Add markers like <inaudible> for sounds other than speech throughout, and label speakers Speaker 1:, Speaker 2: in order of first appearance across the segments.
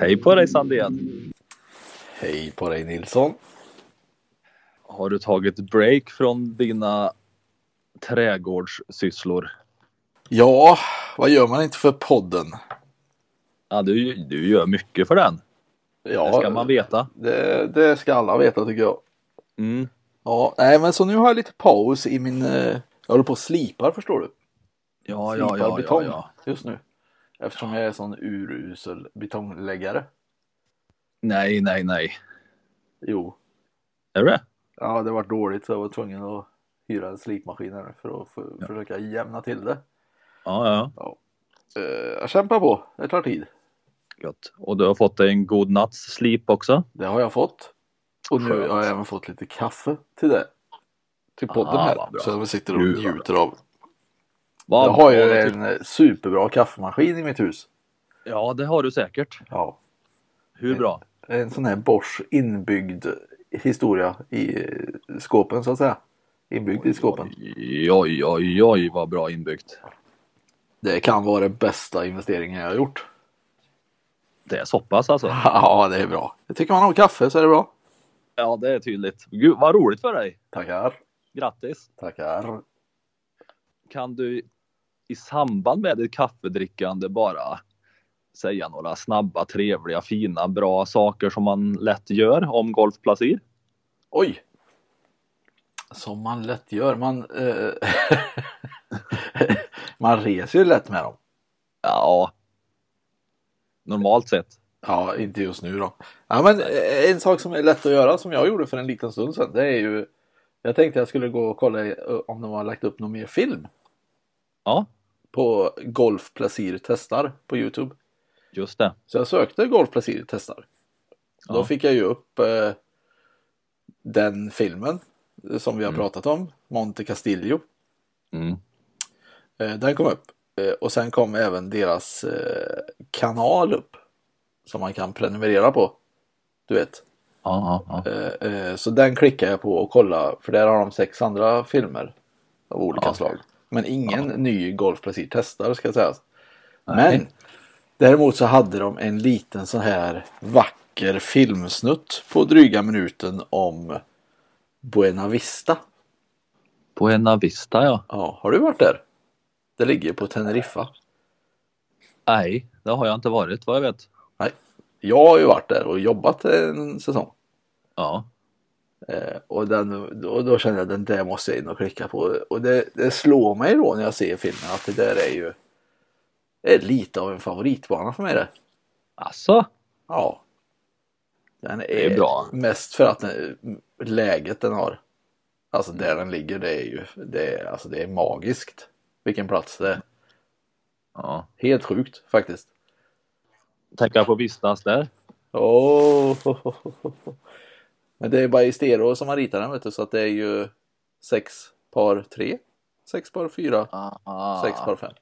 Speaker 1: Hej på dig Sandén!
Speaker 2: Hej på dig Nilsson!
Speaker 1: Har du tagit break från dina trädgårdssysslor?
Speaker 2: Ja, vad gör man inte för podden?
Speaker 1: Ja, du, du gör mycket för den.
Speaker 2: Ja,
Speaker 1: det ska man veta.
Speaker 2: Det, det ska alla veta tycker jag.
Speaker 1: Mm.
Speaker 2: Ja, nej men så nu har jag lite paus i min... eh, Jag håller på och slipar förstår du.
Speaker 1: Ja, ja,
Speaker 2: Slipar
Speaker 1: ja, ja,
Speaker 2: betong
Speaker 1: ja.
Speaker 2: just nu. Eftersom jag är sån urusel betongläggare.
Speaker 1: Nej, nej, nej.
Speaker 2: Jo,
Speaker 1: Är det?
Speaker 2: ja det var dåligt så jag var tvungen att hyra en slipmaskin här nu för att för, försöka jämna till det.
Speaker 1: Ja, ja.
Speaker 2: Eh, Jag kämpar på, det tar tid.
Speaker 1: Gött. Och du har fått dig en god natts slip också?
Speaker 2: Det har jag fått. Och nu
Speaker 1: Skönt.
Speaker 2: har jag även fått lite kaffe till det. Till podden
Speaker 1: Ah, vad
Speaker 2: här.
Speaker 1: bra.
Speaker 2: Så jag sitter och
Speaker 1: Gud, vad
Speaker 2: njuter av.
Speaker 1: Vad
Speaker 2: Jag har ju
Speaker 1: bra.
Speaker 2: en eh, superbra kaffemaskin i mitt hus.
Speaker 1: Ja, det har du säkert.
Speaker 2: Ja.
Speaker 1: Hur bra?
Speaker 2: En sån här Bosch inbyggd historia i eh, skåpen så att säga. Inbyggd i skåpen.
Speaker 1: Oj, oj, oj, oj vad bra inbyggt.
Speaker 2: Det kan vara den bästa investeringen jag har gjort. <laughs>
Speaker 1: Det är så pass alltså.
Speaker 2: Ja, det är bra. Jag tycker man om kaffe så är det bra.
Speaker 1: Ja, det är tydligt. Gud, vad roligt för dig.
Speaker 2: Tackar.
Speaker 1: Grattis!
Speaker 2: Tackar.
Speaker 1: kan du i samband med ditt kaffedrickande bara säga några snabba, trevliga, fina, bra saker som man lätt gör om golf placerar?
Speaker 2: Oj! Som man lätt gör. Man, eh, <laughs> man reser ju lätt med dem.
Speaker 1: Ja, normalt sett.
Speaker 2: Ja, inte just nu då. Ja, men eh, en sak som är lätt att göra som jag gjorde för en liten stund sedan. Det är ju. Jag tänkte jag skulle gå och kolla eh, om de har lagt upp någon mer film
Speaker 1: Ja,
Speaker 2: på Golf Placir testar på Youtube.
Speaker 1: just det.
Speaker 2: Så jag sökte Golf Placir testar. Då
Speaker 1: Ja.
Speaker 2: fick jag ju upp eh, den filmen eh, som vi har pratat om. Monte Castillo.
Speaker 1: Mm.
Speaker 2: Eh, Den kom upp. Eh, Och sen kom även deras eh, kanal upp. Som man kan prenumerera på. Du vet.
Speaker 1: Ja, ja, ja.
Speaker 2: Eh, eh, Så den klickar jag på och kollar. För där har de sex andra filmer. Av olika
Speaker 1: Ja.
Speaker 2: slag. Men ingen ny Golf Plaisir testar ska jag säga.
Speaker 1: Nej.
Speaker 2: Men däremot så hade de en liten sån här vacker filmsnutt på dryga minuten om Buena Vista.
Speaker 1: Buena Vista ja.
Speaker 2: Ja, har du varit där? Det ligger på Teneriffa.
Speaker 1: Nej, det har jag inte varit vad jag vet.
Speaker 2: Nej, jag har ju varit där och jobbat en säsong.
Speaker 1: Ja,
Speaker 2: Eh, och, den, och då kände jag den där måste jag in och klicka på. Och det, det slår mig då när jag ser filmen att det där är ju det är lite av en favoritbana för mig det.
Speaker 1: alltså.
Speaker 2: Ja. Den är,
Speaker 1: är bra.
Speaker 2: mest för att den, läget den har. Alltså där den ligger det är ju det är, alltså det är magiskt. Vilken plats det är.
Speaker 1: Ja.
Speaker 2: Helt sjukt faktiskt.
Speaker 1: Tänka på vistas där.
Speaker 2: Åh! Men det är bara i stereo som man ritar den vet du så att det är ju sex par tre, sex par fyra,
Speaker 1: Ah.
Speaker 2: sex par fem.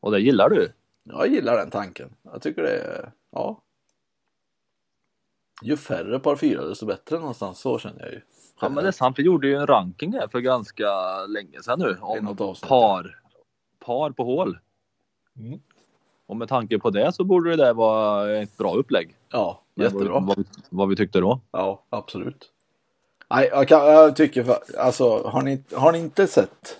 Speaker 1: Och det gillar du?
Speaker 2: Jag gillar den tanken. Jag tycker det är, ja. Ju färre par fyra desto bättre någonstans så känner jag ju.
Speaker 1: Ja men det är sant, vi gjorde ju en ranking här för ganska länge sedan nu.
Speaker 2: I något
Speaker 1: Om
Speaker 2: avsnitt.
Speaker 1: par, par på hål.
Speaker 2: Mm.
Speaker 1: Och med tanke på det så borde det där vara ett bra upplägg.
Speaker 2: Ja,
Speaker 1: Men
Speaker 2: jättebra.
Speaker 1: Vad, vad, vi- vad vi tyckte då.
Speaker 2: Ja, absolut. Nej, jag, kan, jag tycker fa- alltså har ni, har ni inte sett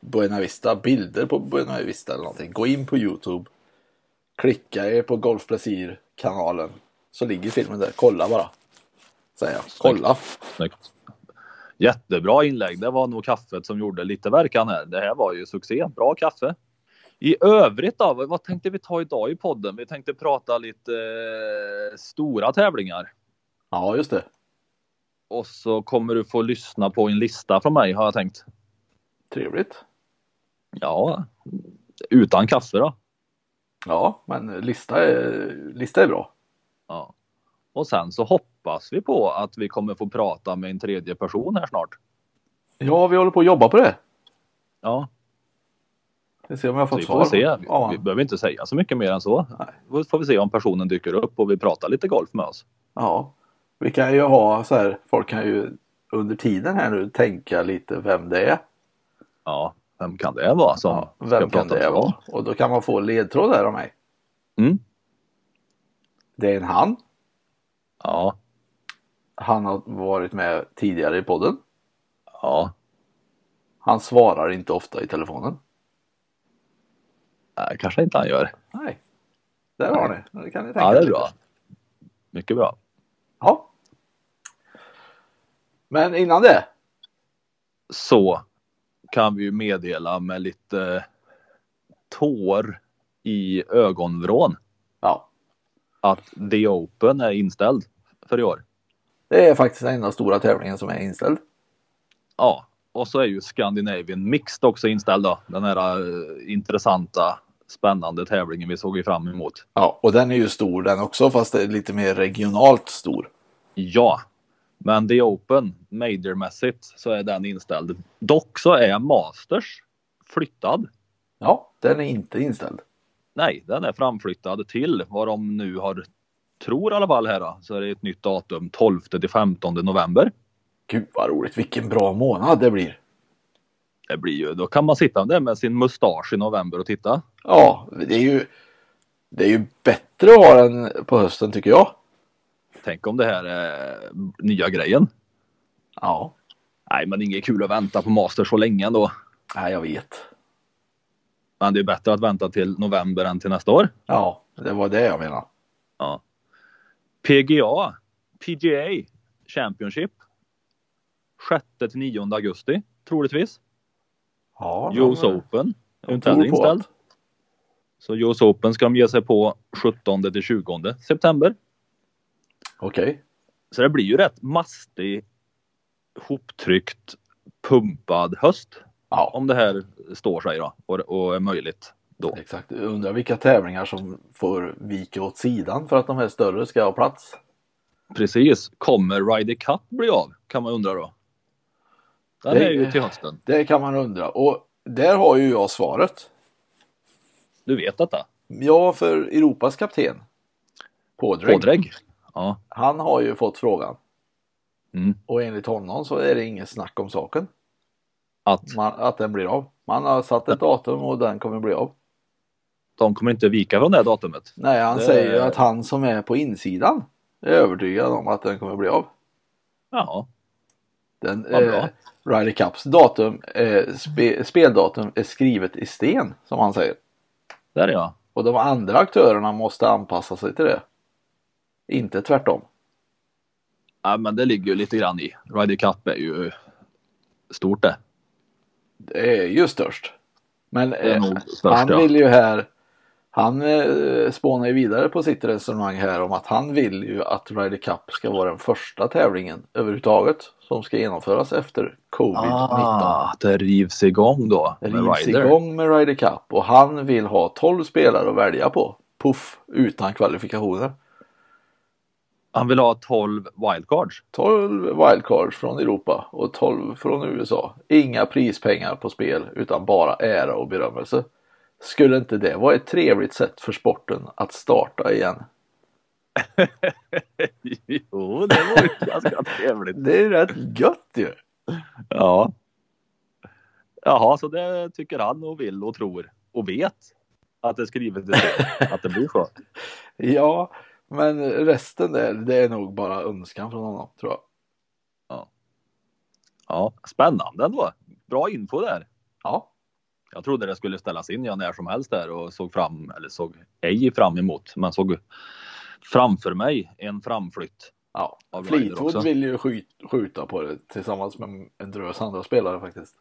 Speaker 2: Buena Vista, bilder på Buena Vista eller någonting. Gå in på Youtube. Klicka er på Golf Plaisir kanalen. Så ligger filmen där. Kolla bara. Säger jag. Kolla.
Speaker 1: Snyggt. Jättebra inlägg. Det var nog kaffet som gjorde lite verkan här. Det här var ju succé. Bra kaffe. I övrigt då, vad- vad tänkte vi ta idag i podden? Vi tänkte prata lite eh, stora tävlingar.
Speaker 2: Ja, just det.
Speaker 1: Och så kommer du få lyssna på en lista från mig har jag tänkt.
Speaker 2: Trevligt.
Speaker 1: Ja, utan kaffe då.
Speaker 2: Ja, men lista är, lista är bra.
Speaker 1: Ja. Och sen så hoppas vi på att vi kommer få prata med en tredje person här snart.
Speaker 2: Ja, vi håller på att jobba på det.
Speaker 1: Ja,
Speaker 2: Vi ser om jag har
Speaker 1: så
Speaker 2: fått
Speaker 1: vi
Speaker 2: svar.
Speaker 1: får se. Vi,
Speaker 2: Ja,
Speaker 1: vi behöver inte säga så mycket mer än så. Då får vi se om personen dyker upp och vi pratar lite golf med oss.
Speaker 2: Ja, vi kan ju ha så här, folk kan ju under tiden här nu tänka lite vem det är.
Speaker 1: Ja, vem kan det vara som
Speaker 2: Ja,
Speaker 1: ska
Speaker 2: vem kan
Speaker 1: prata
Speaker 2: det
Speaker 1: med oss?
Speaker 2: vara? Och då kan man få ledtråd där av mig.
Speaker 1: Mm.
Speaker 2: Det är en han.
Speaker 1: Ja,
Speaker 2: Han har varit med tidigare i podden.
Speaker 1: ja,
Speaker 2: Han svarar inte ofta i telefonen.
Speaker 1: nej, kanske inte han gör.
Speaker 2: Nej, där har ni. Det kan ni tänka
Speaker 1: Ja, det är
Speaker 2: lite.
Speaker 1: bra. Mycket bra.
Speaker 2: Ja. Men innan det.
Speaker 1: så kan vi ju meddela med lite tår i ögonvrån
Speaker 2: Ja,
Speaker 1: att The Open är inställd för i år.
Speaker 2: det är faktiskt den enda stora tävlingen som är inställd.
Speaker 1: Ja, och så är ju Scandinavian Mixed också inställd då. Den här eh, intressanta spännande tävlingen vi såg ju fram emot.
Speaker 2: Ja, och den är ju stor den också fast det är lite mer regionalt stor.
Speaker 1: Ja, men The Open majormässigt så är den inställd. Dock så är Masters flyttad.
Speaker 2: Ja, den är inte inställd.
Speaker 1: Nej, den är framflyttad till vad de nu har, tror i alla fall här då, så är det ett nytt datum 12 till 15 november.
Speaker 2: Gud vad roligt, vilken bra månad det blir.
Speaker 1: Det blir ju, då kan man sitta där med sin mustasch i november och titta.
Speaker 2: Ja, det är ju, det är ju bättre att ha den på hösten tycker jag.
Speaker 1: Tänk om det här är nya grejen.
Speaker 2: Ja,
Speaker 1: Nej, men inget kul att vänta på Masters så länge ändå.
Speaker 2: ja jag vet.
Speaker 1: Men det är bättre att vänta till november än till nästa år.
Speaker 2: Ja, det var det jag menade.
Speaker 1: Ja. PGA, PGA Championship. 6 till 9 augusti troligtvis.
Speaker 2: Ja,
Speaker 1: US
Speaker 2: men-
Speaker 1: Open. Är ju
Speaker 2: jag
Speaker 1: inte
Speaker 2: tror
Speaker 1: heller
Speaker 2: på
Speaker 1: inställd.
Speaker 2: att-
Speaker 1: Så US Open ska de ge sig på 17 till 20 september.
Speaker 2: Okej,
Speaker 1: Så det blir ju rätt mastig, hoptryckt, pumpad höst.
Speaker 2: ja
Speaker 1: Om det här står sig då och, och är möjligt då.
Speaker 2: exakt. Jag Undrar vilka tävlingar som får vika åt sidan för att de här större ska ha plats.
Speaker 1: Precis. Kommer Ryder Cup bli av? Kan man undra då. Den
Speaker 2: Det-
Speaker 1: är ju till hösten.
Speaker 2: Det kan man undra och där har ju jag svaret.
Speaker 1: Du vet detta?
Speaker 2: Ja, för Europas kapten. Pådräng.
Speaker 1: Pådrägg? Ja.
Speaker 2: Han har ju fått frågan.
Speaker 1: Mm.
Speaker 2: Och enligt honom så är det ingen snack om saken.
Speaker 1: Att
Speaker 2: Man, att den blir av. Man har satt ett datum och den kommer bli av.
Speaker 1: de kommer inte vika från det här datumet.
Speaker 2: Nej, han
Speaker 1: Det-
Speaker 2: säger ju att han som är på insidan är övertygad om att den kommer bli av.
Speaker 1: Ja,
Speaker 2: Den,
Speaker 1: Vad bra.
Speaker 2: eh, Ryder Cups datum, eh, spe, speldatum är skrivet i sten som han säger.
Speaker 1: där är jag.
Speaker 2: Och de andra aktörerna måste anpassa sig till det. Inte tvärtom.
Speaker 1: Ja, men det ligger ju lite grann i. Ryder Cup är ju stort det.
Speaker 2: Det är ju störst. Men
Speaker 1: är
Speaker 2: eh,
Speaker 1: nog störst, ja.
Speaker 2: han vill ju här, han eh, spånar ju vidare på sitt resonemang här om att han vill ju att Ryder Cup ska vara den första tävlingen överhuvudtaget som ska genomföras efter Covid-19.
Speaker 1: Ah, det rivs igång då.
Speaker 2: Det
Speaker 1: med
Speaker 2: rivs
Speaker 1: Ryder.
Speaker 2: igång med Ryder Cup och han vill ha 12 spelare att välja på. Puff, utan kvalifikationer.
Speaker 1: Han vill ha 12 wildcards. <laughs>
Speaker 2: 12 wildcards från Europa och 12 från USA. Inga prispengar på spel utan bara ära och berömmelse. Skulle inte det vara ett trevligt sätt för sporten att starta igen?
Speaker 1: jo, det var ju ganska trevligt.
Speaker 2: Det är ju rätt gött ju!
Speaker 1: Ja. Jaha, så det tycker han och vill och tror och vet att det är skrivet i sten, att det blir så.
Speaker 2: Ja, men resten där, det är nog bara önskan från honom tror jag.
Speaker 1: Ja, spännande ändå. Bra info där.
Speaker 2: Ja,
Speaker 1: Jag trodde det skulle ställas in ja, när som helst där och såg fram, eller såg ej fram emot, men såg framför mig en framflytt.
Speaker 2: Ja,
Speaker 1: av Ryder också.
Speaker 2: Fleetwood vill ju skjut- skjuta på det tillsammans med en drös andra spelare faktiskt.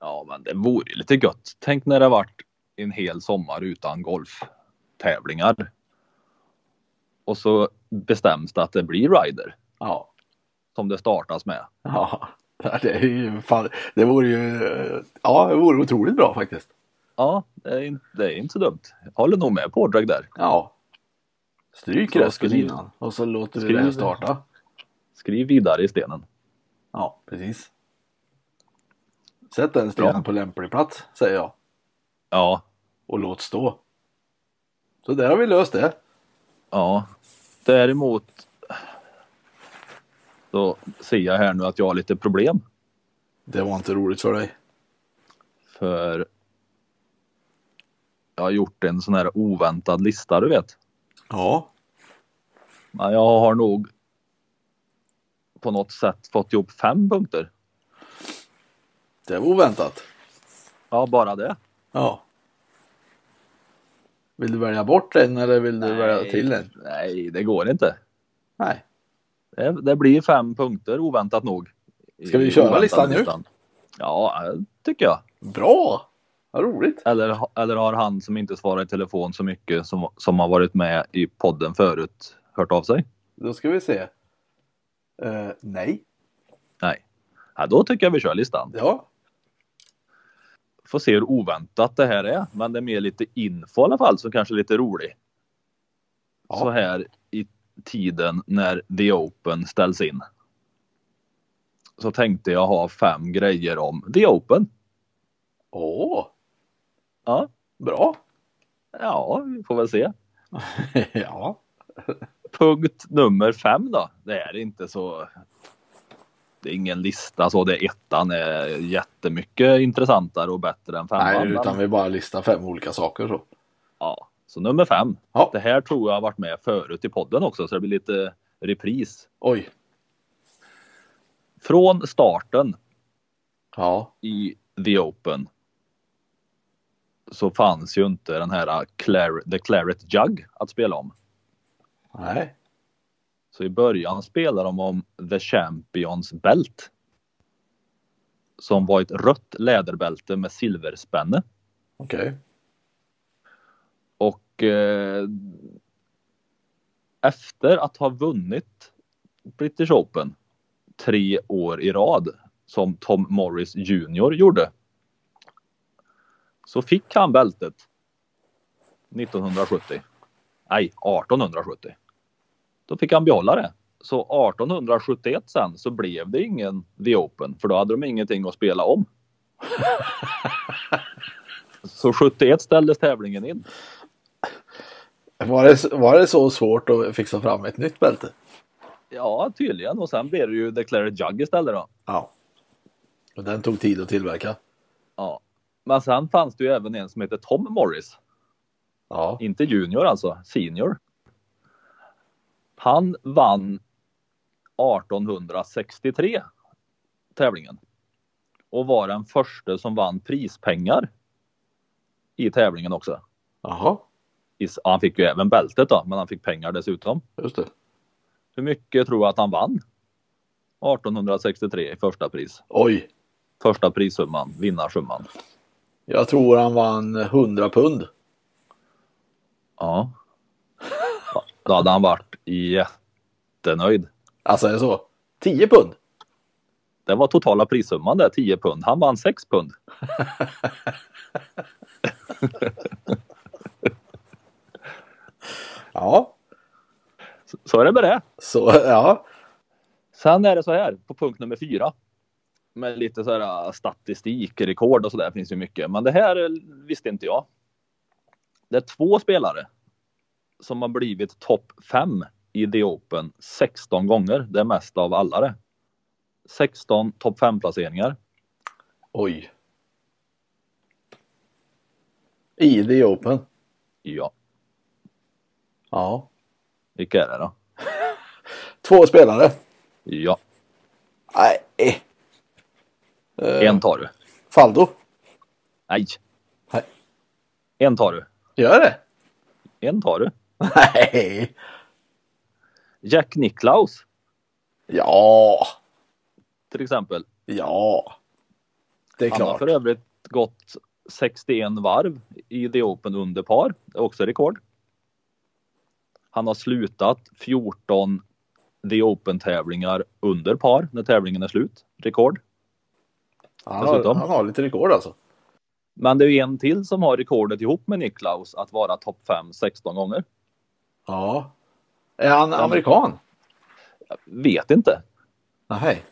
Speaker 1: Ja, men det vore ju lite gött. Tänk när det varit en hel sommar utan golftävlingar. Och så bestäms det att det blir Ryder
Speaker 2: Ja,
Speaker 1: som det startas med.
Speaker 2: ja. <laughs> det är ju fan, det vore ju, ja det vore otroligt bra faktiskt.
Speaker 1: Ja, det är, in- det är inte så dumt. Jag håller nog med Pådrag där.
Speaker 2: Ja. Stryk
Speaker 1: Så
Speaker 2: resten
Speaker 1: skriv-
Speaker 2: innan och så låter vi
Speaker 1: skriv-
Speaker 2: det här starta.
Speaker 1: Skriv vidare i stenen.
Speaker 2: Ja, precis. Sätt den stenen
Speaker 1: Bra.
Speaker 2: på lämplig plats säger jag
Speaker 1: Ja,
Speaker 2: och låt stå. Så där har vi löst det.
Speaker 1: ja. Däremot. Så ser jag här nu att jag har lite problem.
Speaker 2: Det var inte roligt för dig.
Speaker 1: För jag har gjort en sån här oväntad lista, du vet.
Speaker 2: Ja,
Speaker 1: Men jag har nog på något sätt fått ihop fem punkter.
Speaker 2: det var oväntat.
Speaker 1: Ja, bara det.
Speaker 2: Ja. Vill du välja bort en eller vill du välja till en?
Speaker 1: Nej, det går inte.
Speaker 2: Nej.
Speaker 1: Det, det blir fem punkter oväntat nog. I-
Speaker 2: Ska vi köra
Speaker 1: oväntad
Speaker 2: listan nu?
Speaker 1: Ja, eh, tycker jag.
Speaker 2: Bra! Vad roligt.
Speaker 1: Eller, ha- eller har han som inte svarar i telefon så mycket som, som har varit med i podden förut hört av sig?
Speaker 2: Då ska vi se. Eh, nej.
Speaker 1: Nej. Ja, då tycker jag vi kör listan.
Speaker 2: Ja.
Speaker 1: Får se hur oväntat det här är. Men det är mer lite info i alla fall som kanske är lite rolig.
Speaker 2: Ja.
Speaker 1: Så här i tiden när The Open ställs in. Så tänkte jag ha fem grejer om The Open.
Speaker 2: Åh,
Speaker 1: Ja,
Speaker 2: bra.
Speaker 1: ja vi får väl se.
Speaker 2: <laughs> ja.
Speaker 1: Punkt nummer fem då. Det är inte så. Det är ingen lista så. Det är ettan är jättemycket intressantare och bättre än femman.
Speaker 2: Nej,
Speaker 1: men-
Speaker 2: utan vi bara listar fem olika saker så.
Speaker 1: ja. Så nummer fem.
Speaker 2: Ja.
Speaker 1: Det här tror jag har varit med förut i podden också så det blir lite repris.
Speaker 2: Oj.
Speaker 1: Från starten
Speaker 2: Ja.
Speaker 1: i The Open. Så fanns ju inte den här Clar- The Claret Jug att spela om.
Speaker 2: Nej.
Speaker 1: Så i början spelade de om The Champions Belt. Som var ett rött läderbälte med silverspänne.
Speaker 2: Okej.
Speaker 1: Och eh, efter att ha vunnit British Open tre år i rad som Tom Morris Jr gjorde. Så fick han bältet 1970. Nej, 1870. Då fick han behålla det. Så 1871 sen så blev det ingen The Open för då hade de ingenting att spela om. så 71 ställdes tävlingen in.
Speaker 2: Var, det, var det så svårt att fixa fram ett nytt bälte?
Speaker 1: Ja, tydligen. Och sen blev det ju Declared Jug istället då.
Speaker 2: Ja. Och den tog tid att tillverka.
Speaker 1: Ja. Men sen fanns det ju även en som heter Tom Morris.
Speaker 2: Ja.
Speaker 1: Inte junior alltså, senior. Han vann 1863 tävlingen. Och var den första som vann prispengar i tävlingen också.
Speaker 2: Jaha,
Speaker 1: Is- Han fick ju även bältet då, men han fick pengar dessutom.
Speaker 2: just det.
Speaker 1: Hur mycket tror jag att han vann? 1863 i första pris.
Speaker 2: Oj.
Speaker 1: Första prissumman, vinnarsumman.
Speaker 2: Jag tror han vann 100 pund.
Speaker 1: Ja. Ja, Då hade han varit jättenöjd.
Speaker 2: Alltså är det så? 10 pund?
Speaker 1: Det var totala prissumman där, 10 pund. Han vann 6 pund.
Speaker 2: Ja.
Speaker 1: Så är det med det.
Speaker 2: Så <laughs> ja.
Speaker 1: Sen är det så här på punkt nummer fyra. Med lite så här äh, statistik, rekord och så där finns ju mycket. Men det här eh, visste inte jag. Det är två spelare som har blivit topp fem i The Open 16 gånger. Det är mest av alla det. 16 topp 5 placeringar.
Speaker 2: Oj. I the open.
Speaker 1: Ja,
Speaker 2: Ja.
Speaker 1: vilka är det då?
Speaker 2: Två spelare.
Speaker 1: Ja,
Speaker 2: Nej. Eh,
Speaker 1: en tar du.
Speaker 2: Faldo.
Speaker 1: Nej, En tar du.
Speaker 2: Gör det?
Speaker 1: En tar du.
Speaker 2: Nej!
Speaker 1: Jack Nicklaus
Speaker 2: Ja,
Speaker 1: till exempel.
Speaker 2: ja. Det är
Speaker 1: Han har
Speaker 2: klart.
Speaker 1: för övrigt gått 61 varv i The Open under par. Det är också rekord. Han har slutat 14 The Open tävlingar under par när tävlingen är slut. Rekord.
Speaker 2: Han har,
Speaker 1: dessutom.
Speaker 2: han har lite rekord alltså.
Speaker 1: Men det är ju en till som har rekordet ihop med Nicklaus att vara topp 5 16 gånger.
Speaker 2: Ja. Är han amerikan?
Speaker 1: Vet inte.
Speaker 2: Nej.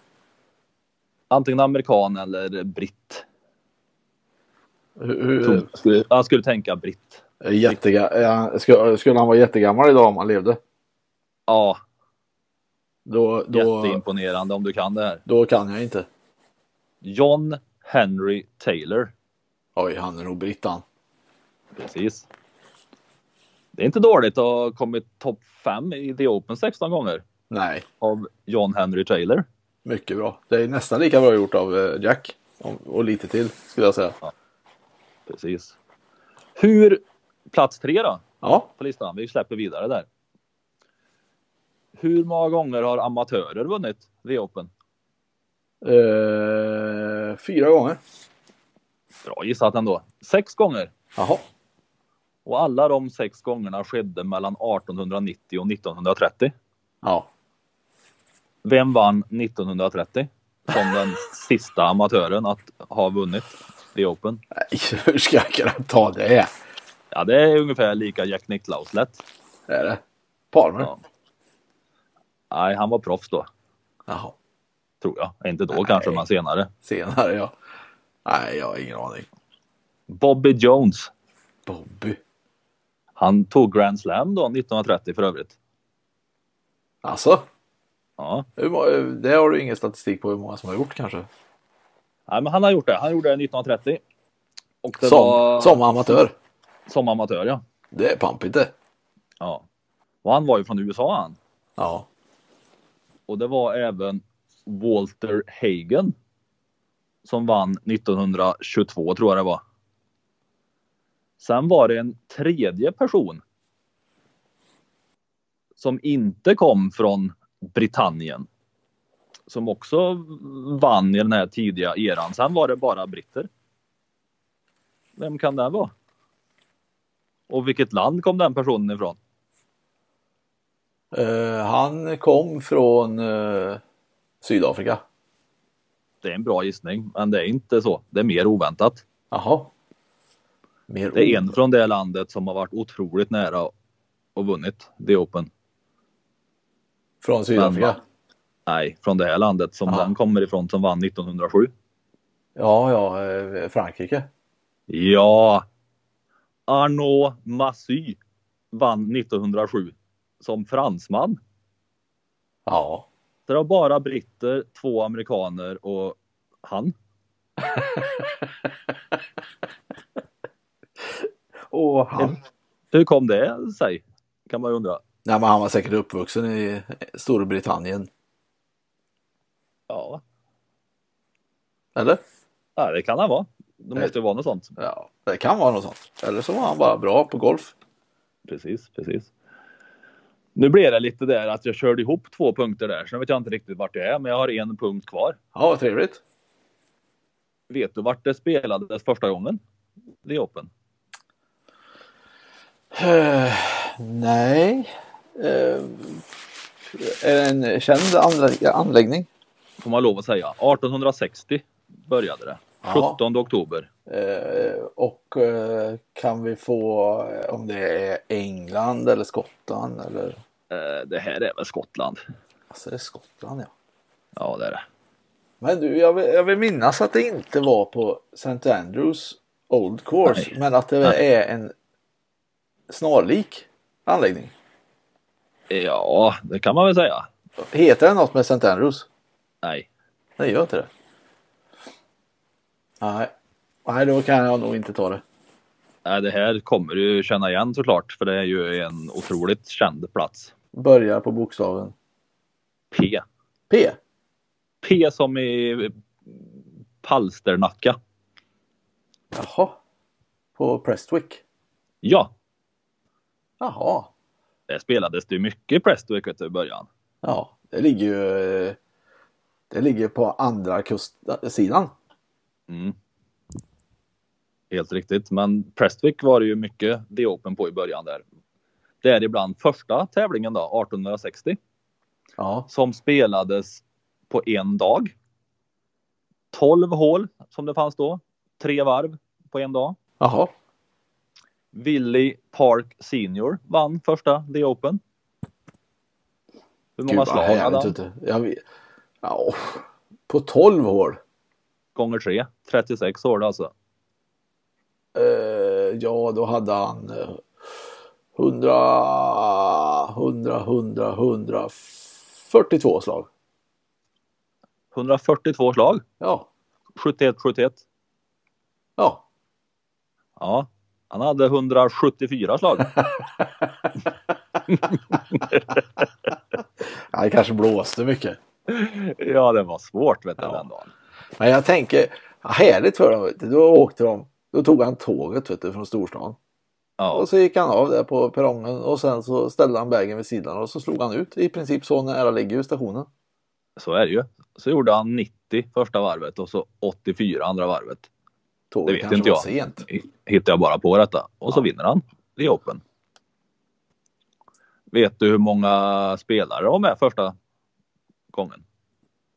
Speaker 1: Antingen amerikan eller britt.
Speaker 2: Hur, hur,
Speaker 1: Tror- skulle- Jag skulle tänka britt.
Speaker 2: jättega, är han, ska, skulle han vara jättegammal idag om han levde?
Speaker 1: Ja,
Speaker 2: Då, då,
Speaker 1: jätteimponerande om du kan det här.
Speaker 2: då kan jag inte.
Speaker 1: John Henry Taylor.
Speaker 2: Oj, han är nog brittan.
Speaker 1: Precis. Det är inte dåligt att ha kommit topp 5 i The Open 16 gånger
Speaker 2: Nej,
Speaker 1: av John Henry Taylor.
Speaker 2: mycket bra. Det är nästan lika bra gjort av eh, Jack. Om- Och lite till skulle jag säga.
Speaker 1: Precis. Hur, plats tre då
Speaker 2: Ja,
Speaker 1: på listan, vi släpper vidare där. Hur många gånger har amatörer vunnit The Open?
Speaker 2: eh, fyra gånger.
Speaker 1: Bra gissat ändå. Sex gånger.
Speaker 2: Jaha.
Speaker 1: Och alla de sex gångerna skedde mellan 1890 och 1930.
Speaker 2: Ja,
Speaker 1: Vem vann 1930? Som
Speaker 2: <laughs>
Speaker 1: den sista amatören att ha vunnit The Open.
Speaker 2: nej, <laughs> hur ska jag kunna ta det?
Speaker 1: Ja, det är ungefär lika Jack Nicklaus lätt.
Speaker 2: Är det? Palmer?
Speaker 1: Ja. Nej, han var proffs då,
Speaker 2: Jaha.
Speaker 1: tror jag. Inte då kanske, men senare.
Speaker 2: Senare ja. Nej, jag har ingen aning.
Speaker 1: Bobby Jones.
Speaker 2: Bobby.
Speaker 1: Han tog Grand Slam då, 1930 för övrigt.
Speaker 2: Alltså,
Speaker 1: Ja.
Speaker 2: hur må- det har du ingen statistik på hur många som har gjort kanske?
Speaker 1: Nej, men han har gjort det. Han gjorde det 1930. Och det
Speaker 2: Som,
Speaker 1: var
Speaker 2: som amatör.
Speaker 1: som amatör, ja.
Speaker 2: Det är pampigt det.
Speaker 1: ja. Och han var ju från USA han.
Speaker 2: Ja.
Speaker 1: Och det var även Walter Hagen. Som vann 1922 tror jag det var. Sen var det en tredje person. Som inte kom från Britannien. Som också vann i den här tidiga eran. Sen var det bara britter. Vem kan det vara? Och vilket land kom den personen ifrån?
Speaker 2: Eh, han kom från eh, Sydafrika.
Speaker 1: Det är en bra gissning, men det är inte så. Det är mer oväntat.
Speaker 2: Jaha. Mer
Speaker 1: Det är
Speaker 2: ord.
Speaker 1: en från det landet som har varit otroligt nära och vunnit The Open.
Speaker 2: Från Sydafrika.
Speaker 1: Men- Nej, från det här landet som
Speaker 2: Ja.
Speaker 1: den kommer ifrån som vann 1907.
Speaker 2: Ja, ja, eh, Frankrike.
Speaker 1: Ja! Arnaud Massy vann 1907 som fransman.
Speaker 2: Ja.
Speaker 1: Så det var bara britter, två amerikaner och han.
Speaker 2: Och han?
Speaker 1: Hur kom det sig? Kan man ju undra.
Speaker 2: Nej, men han var säkert uppvuxen i Storbritannien.
Speaker 1: Ja,
Speaker 2: Eller?
Speaker 1: ja, det kan han vara. Det måste ju vara något sånt.
Speaker 2: Ja, det kan vara något sånt. Eller så var han bara bra på golf.
Speaker 1: Precis, precis. Nu blev det lite där att jag körde ihop två punkter där, så nu vet jag inte riktigt vart det är, men jag har en punkt kvar.
Speaker 2: Ja, vad
Speaker 1: <sighs>
Speaker 2: trevligt.
Speaker 1: Vet du vart det spelades första gången? The Open.
Speaker 2: Eh, nej. Eh, är det en känd anlä- anläggning?
Speaker 1: Får man lov att säga. 1860 började det.
Speaker 2: Ja.
Speaker 1: 17 oktober.
Speaker 2: Eh, och eh, kan vi få eh, om det är England eller Skottland eller?
Speaker 1: Eh, Det här är väl Skottland?
Speaker 2: Alltså det är Skottland ja.
Speaker 1: Ja, det är det.
Speaker 2: Men du, jag vill, jag vill minnas att det inte var på St. Andrews Old Course,
Speaker 1: Nej.
Speaker 2: men att det
Speaker 1: Nej.
Speaker 2: är en snarlik anläggning.
Speaker 1: Ja, det kan man väl säga.
Speaker 2: Heter den något med St. Andrews?
Speaker 1: Nej,
Speaker 2: Nej, gör inte det. Nej. Nej, då kan jag nog inte ta det.
Speaker 1: Nej, det här kommer du ju känna igen såklart, för det är ju en otroligt känd plats.
Speaker 2: Börjar på bokstaven
Speaker 1: P.
Speaker 2: P.
Speaker 1: P som i Palsternacka.
Speaker 2: Jaha. På Prestwick.
Speaker 1: Ja,
Speaker 3: Jaha.
Speaker 1: det eh, spelades det ju mycket Prestwick vet du, i början.
Speaker 3: Ja.
Speaker 2: Det ligger ju eh, det ligger på andra kustsidan.
Speaker 1: Mm. Helt riktigt, men Prestwick var det ju mycket The Open på i början där. Det är ibland första tävlingen då, 1860,
Speaker 3: Ja.
Speaker 1: som spelades på en dag. 12 hål som det fanns då, tre varv på en dag.
Speaker 3: Jaha.
Speaker 1: Willie Park Senior vann första The Open. Hur
Speaker 2: Gud
Speaker 1: många
Speaker 2: vad
Speaker 1: slag hade
Speaker 2: härligt.
Speaker 1: han?
Speaker 2: vet du. Jag vet- Ja, uff. på 12 hål.
Speaker 1: Gånger tre, 36 år alltså.
Speaker 2: Eh, ja, då hade han eh, 100, 100, 100, 142 slag.
Speaker 1: 142 slag,
Speaker 2: Ja,
Speaker 1: 71, 71.
Speaker 2: ja.
Speaker 1: Ja, han hade 174 slag.
Speaker 2: Ja, Det kanske blåste mycket.
Speaker 1: <laughs> ja, det var svårt vet du
Speaker 2: Ja.
Speaker 1: den dagen.
Speaker 2: Men jag tänker, ja, härligt för dem. Vet du. Då åkte de, då tog han tåget vet du, från storstan.
Speaker 1: Ja,
Speaker 2: Och så gick han av där på perrongen och sen så ställde han vägen vid sidan och så slog han ut. I princip så nära ligger ju stationen.
Speaker 1: så är det ju. Så gjorde han 90 första varvet och så 84 andra varvet.
Speaker 2: Tåget
Speaker 1: Det vet
Speaker 2: kanske
Speaker 1: inte
Speaker 2: var
Speaker 1: jag.
Speaker 2: sent.
Speaker 1: Hittar jag bara på detta och så
Speaker 2: Ja.
Speaker 1: vinner han The Open. Vet du hur många spelare de är första gången?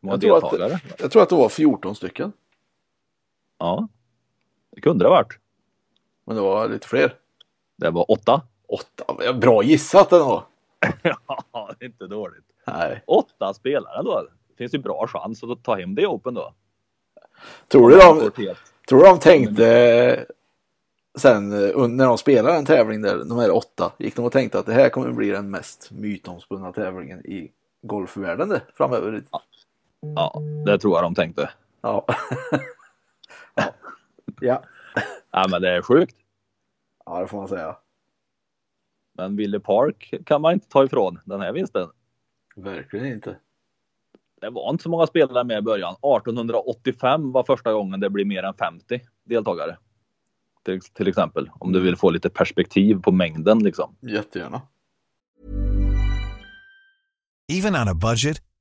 Speaker 1: Hur många
Speaker 2: Jag tror att-
Speaker 1: deltagare?
Speaker 2: Jag tror att det var 14 stycken.
Speaker 1: Ja, det kunde det ha varit.
Speaker 2: Men det var lite fler.
Speaker 1: Det var åtta.
Speaker 2: Åtta, bra gissat ändå.
Speaker 1: <laughs> Ja, det är inte dåligt.
Speaker 2: Nej.
Speaker 1: Åtta spelare då. Det finns ju bra chans att ta hem The Open då.
Speaker 2: Tror du
Speaker 1: Om man
Speaker 2: de,
Speaker 1: får helt-
Speaker 2: tror du de tänkte eh, sen eh, un- när de spelade en tävling där, de här åtta, gick de och tänkte att det här kommer bli den mest mytomspunna tävlingen i golfvärlden det, framöver?
Speaker 1: Ja, det tror jag de tänkte.
Speaker 2: <laughs> Ja. ja. ja.
Speaker 1: Ja, men det är sjukt.
Speaker 2: Ja, det får man säga.
Speaker 1: Men Ville Park kan man inte ta ifrån den här vinsten.
Speaker 2: Verkligen inte.
Speaker 1: Det var inte så många spelare med i början. 1885 var första gången det blev mer än 50 deltagare. Till, till exempel om du vill få lite perspektiv på mängden liksom.
Speaker 2: Jättegärna.
Speaker 4: Even on a budget,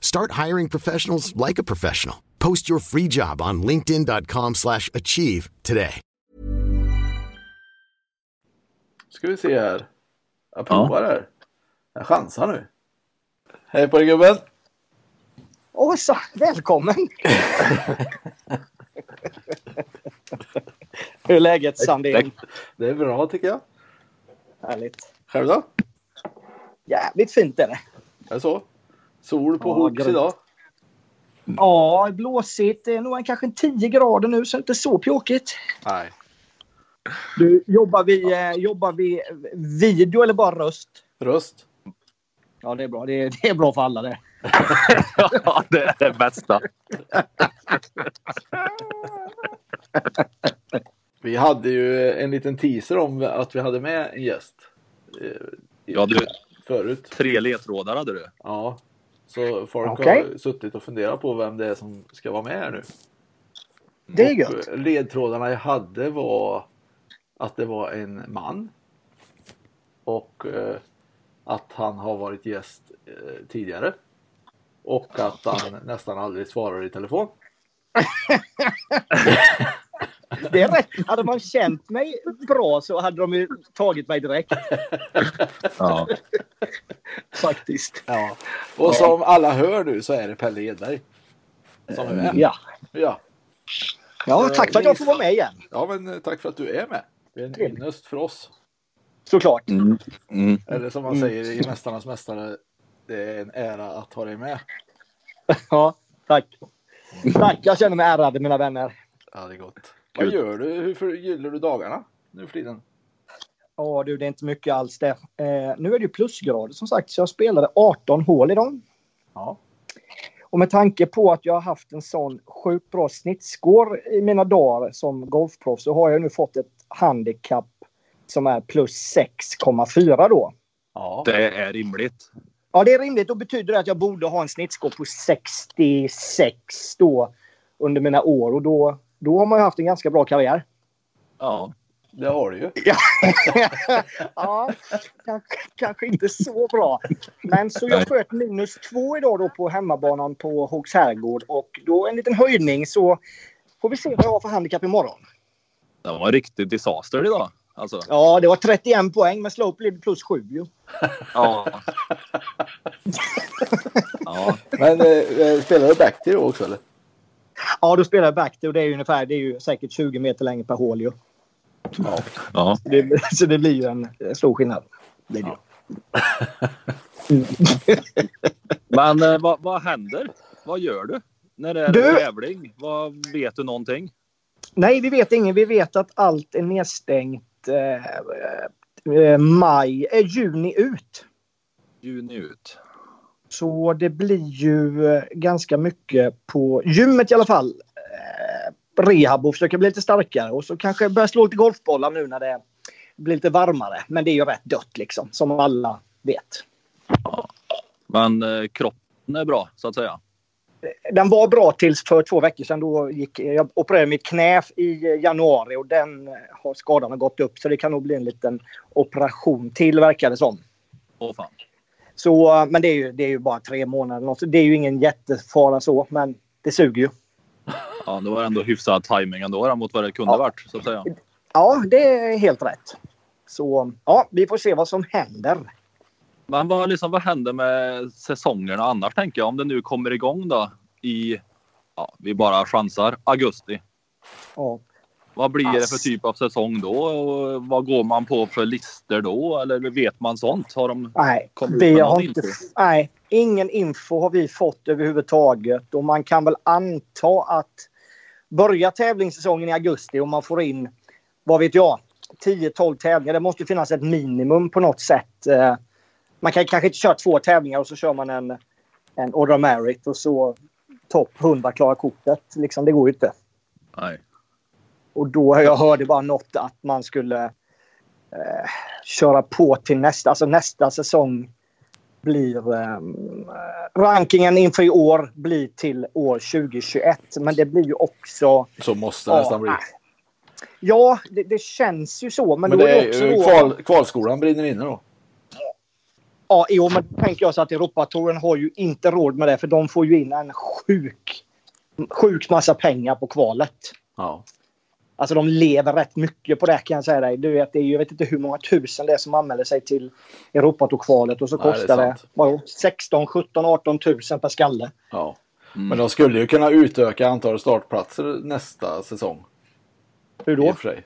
Speaker 5: Start hiring professionals like a professional. Post your free job on linkedin.com/achieve slash achieve today.
Speaker 2: Ska vi se här. Jag provar här. Jag chansar nu. Hej på dig gubben!
Speaker 6: Åsa, välkommen! Hur är läget Sandin?
Speaker 2: Det är bra tycker jag.
Speaker 6: Härligt.
Speaker 2: Själv då?
Speaker 6: Jävligt fint är det.
Speaker 2: Är det så? Sol på
Speaker 6: Ja,
Speaker 2: Hooks
Speaker 6: grymt.
Speaker 2: idag.
Speaker 6: Ja, blåsigt. Det är nog en- kanske en 10 grader nu så det är inte så pjåkigt.
Speaker 2: Nej.
Speaker 6: Du, jobbar vi, eh, jobbar vi video eller bara röst?
Speaker 2: Röst.
Speaker 6: Ja, det är bra. Det är, det är bra för alla det.
Speaker 1: <laughs> ja, det är det bästa.
Speaker 2: Vi hade ju en liten teaser om att vi hade med en gäst. eh,
Speaker 1: Ja, du,
Speaker 2: Förut.
Speaker 1: tre ledtrådar hade du.
Speaker 2: Ja. Så folk har
Speaker 6: Okej.
Speaker 2: suttit och funderat på vem det är som ska vara med här nu.
Speaker 6: Det är gött.
Speaker 2: Ledtrådarna jag hade var att det var en man. Och eh, att han har varit gäst eh, tidigare. Och att han nästan aldrig svarar i telefon.
Speaker 6: Det är rätt. Hade man känt mig bra så hade de ju tagit mig direkt.
Speaker 1: Ja.
Speaker 6: Faktiskt.
Speaker 7: Ja. Och som alla hör nu så är det Pelle Edberg. Som är med.
Speaker 6: Ja.
Speaker 7: Ja.
Speaker 6: ja, tack för att jag får vara med igen.
Speaker 7: ja, men eh, tack för att du är med. Det är en
Speaker 6: Trevligt.
Speaker 7: ynnest för oss.
Speaker 6: Såklart.
Speaker 1: Mm. Mm.
Speaker 7: Eller som man säger
Speaker 6: <laughs>
Speaker 7: i Mästarnas Mästare, det är en ära att ha dig med.
Speaker 6: Ja, tack. Tack, jag känner mig ärad mina vänner.
Speaker 7: Ja, det är gott. Vad gör du? Hur förgyller du dagarna nu för tiden?
Speaker 6: Ja du, det är inte mycket alls det. Eh, nu är det ju plusgrader som sagt, så jag spelade 18 hål idag.
Speaker 7: Ja.
Speaker 6: Och med tanke på att jag har haft en sån sjukt bra snittskår i mina dagar som golfproffs så har jag nu fått ett handikapp som är plus 6,4 då.
Speaker 7: Ja.
Speaker 1: Det är rimligt.
Speaker 6: Ja, det är rimligt. Då betyder det att jag borde ha en snittskår på 66 då under mina år och då, då har man ju haft en ganska bra karriär.
Speaker 1: Ja.
Speaker 7: Det har du ju.
Speaker 6: ja, kanske, kanske inte så bra. Men så
Speaker 1: Nej.
Speaker 6: jag sköt minus två idag då på hemmabanan på Hågs herrgård och då en liten höjning så får vi se vad jag har för handikapp imorgon.
Speaker 1: Det var en riktig disaster idag. Alltså.
Speaker 6: Ja, det var 31 poäng men slope blev det plus 7 ju.
Speaker 1: Ja. ja.
Speaker 7: Men eh, eh, spelar du back till då också eller?
Speaker 6: Ja, då spelar jag back det och det är ju ungefär, det är ju säkert 20 meter längre per hål ju.
Speaker 1: ja.
Speaker 6: Så det, <laughs> så det blir ju en eh, stor skillnad. Det är det. ju.
Speaker 1: Men eh, vad, vad händer? Vad gör du? När det är
Speaker 6: Du!
Speaker 1: tävling? Vad vet du någonting?
Speaker 6: Nej, vi vet ingen. Vi vet att allt är nedstängt eh, eh, maj, eh, juni ut.
Speaker 1: Juni ut.
Speaker 6: Så det blir ju eh, ganska mycket på gymmet i alla fall. Eh, Rehab och försöka bli lite starkare och så kanske börja slå lite golfbollar nu när det blir lite varmare. Men det är ju rätt dött liksom, som alla vet.
Speaker 1: Men eh, kroppen är bra så att säga.
Speaker 6: Den var bra tills för två veckor sedan. Då gick, jag opererade mitt knä i januari och den eh, har skadan har gått upp så det kan nog bli en liten operation till verkar det som.
Speaker 1: Åh fan.
Speaker 6: Så, eh, men det är ju, det är ju bara tre månader. eller något. Det är ju ingen jättefara så, men det suger ju.
Speaker 1: Ja, det var ändå hyfsad timing ändå då, mot vad det kunde
Speaker 6: Ja.
Speaker 1: varit så att säga.
Speaker 6: Ja, det är helt rätt. Så ja, vi får se vad som händer.
Speaker 1: Men vad, liksom, vad händer med säsongerna annars tänker jag? Om det nu kommer igång då i, ja, vi bara chansar, augusti.
Speaker 6: Ja.
Speaker 1: Vad blir det för
Speaker 6: Ass.
Speaker 1: typ av säsong då? Och vad går man på för lister då? Eller vet man sånt? Har de...
Speaker 6: Nej,
Speaker 1: Kommer ut
Speaker 6: vi
Speaker 1: med
Speaker 6: har
Speaker 1: någon
Speaker 6: inte,
Speaker 1: info?
Speaker 6: nej, ingen info har vi fått överhuvudtaget och man kan väl anta att börja tävlingssäsongen i augusti och man får in, vad vet jag, 10-12 tävlingar. Det måste ju finnas ett minimum på något sätt. Eh, Man kan kanske inte köra två tävlingar och så kör man en, en Order of Merit och så topp 100 klarar kortet. Liksom, det går ju inte.
Speaker 1: Nej.
Speaker 6: Och då jag hörde bara något att man skulle eh, köra på till nästa, alltså nästa säsong blir eh, rankingen inför i år blir till år 2021. Men det blir ju också,
Speaker 7: Så måste
Speaker 6: Ja,
Speaker 7: det nästan bli.
Speaker 6: nej. ja det, det känns ju så. Men,
Speaker 7: Men
Speaker 6: då
Speaker 7: det är
Speaker 6: också
Speaker 7: ju
Speaker 6: då-
Speaker 7: kval, kvalskolan brinner inne då.
Speaker 6: Ja, jo, men då tänker jag så att Europatouren har ju inte råd med det för de får ju in en sjuk, sjuk massa pengar på kvalet.
Speaker 7: Ja.
Speaker 6: Alltså de lever rätt mycket på det kan jag säga dig. Du vet, det är ju, jag vet inte hur många tusen det är som anmäler sig till Europatourkvalet och så
Speaker 7: Nej, det är
Speaker 6: kostar det,
Speaker 7: sant.
Speaker 6: vadå, 16, 17, 18 tusen per skalle.
Speaker 7: ja.
Speaker 6: Mm.
Speaker 7: Men de skulle ju kunna utöka antalet startplatser nästa säsong.
Speaker 6: Hur
Speaker 7: I
Speaker 6: då?
Speaker 7: och för sig.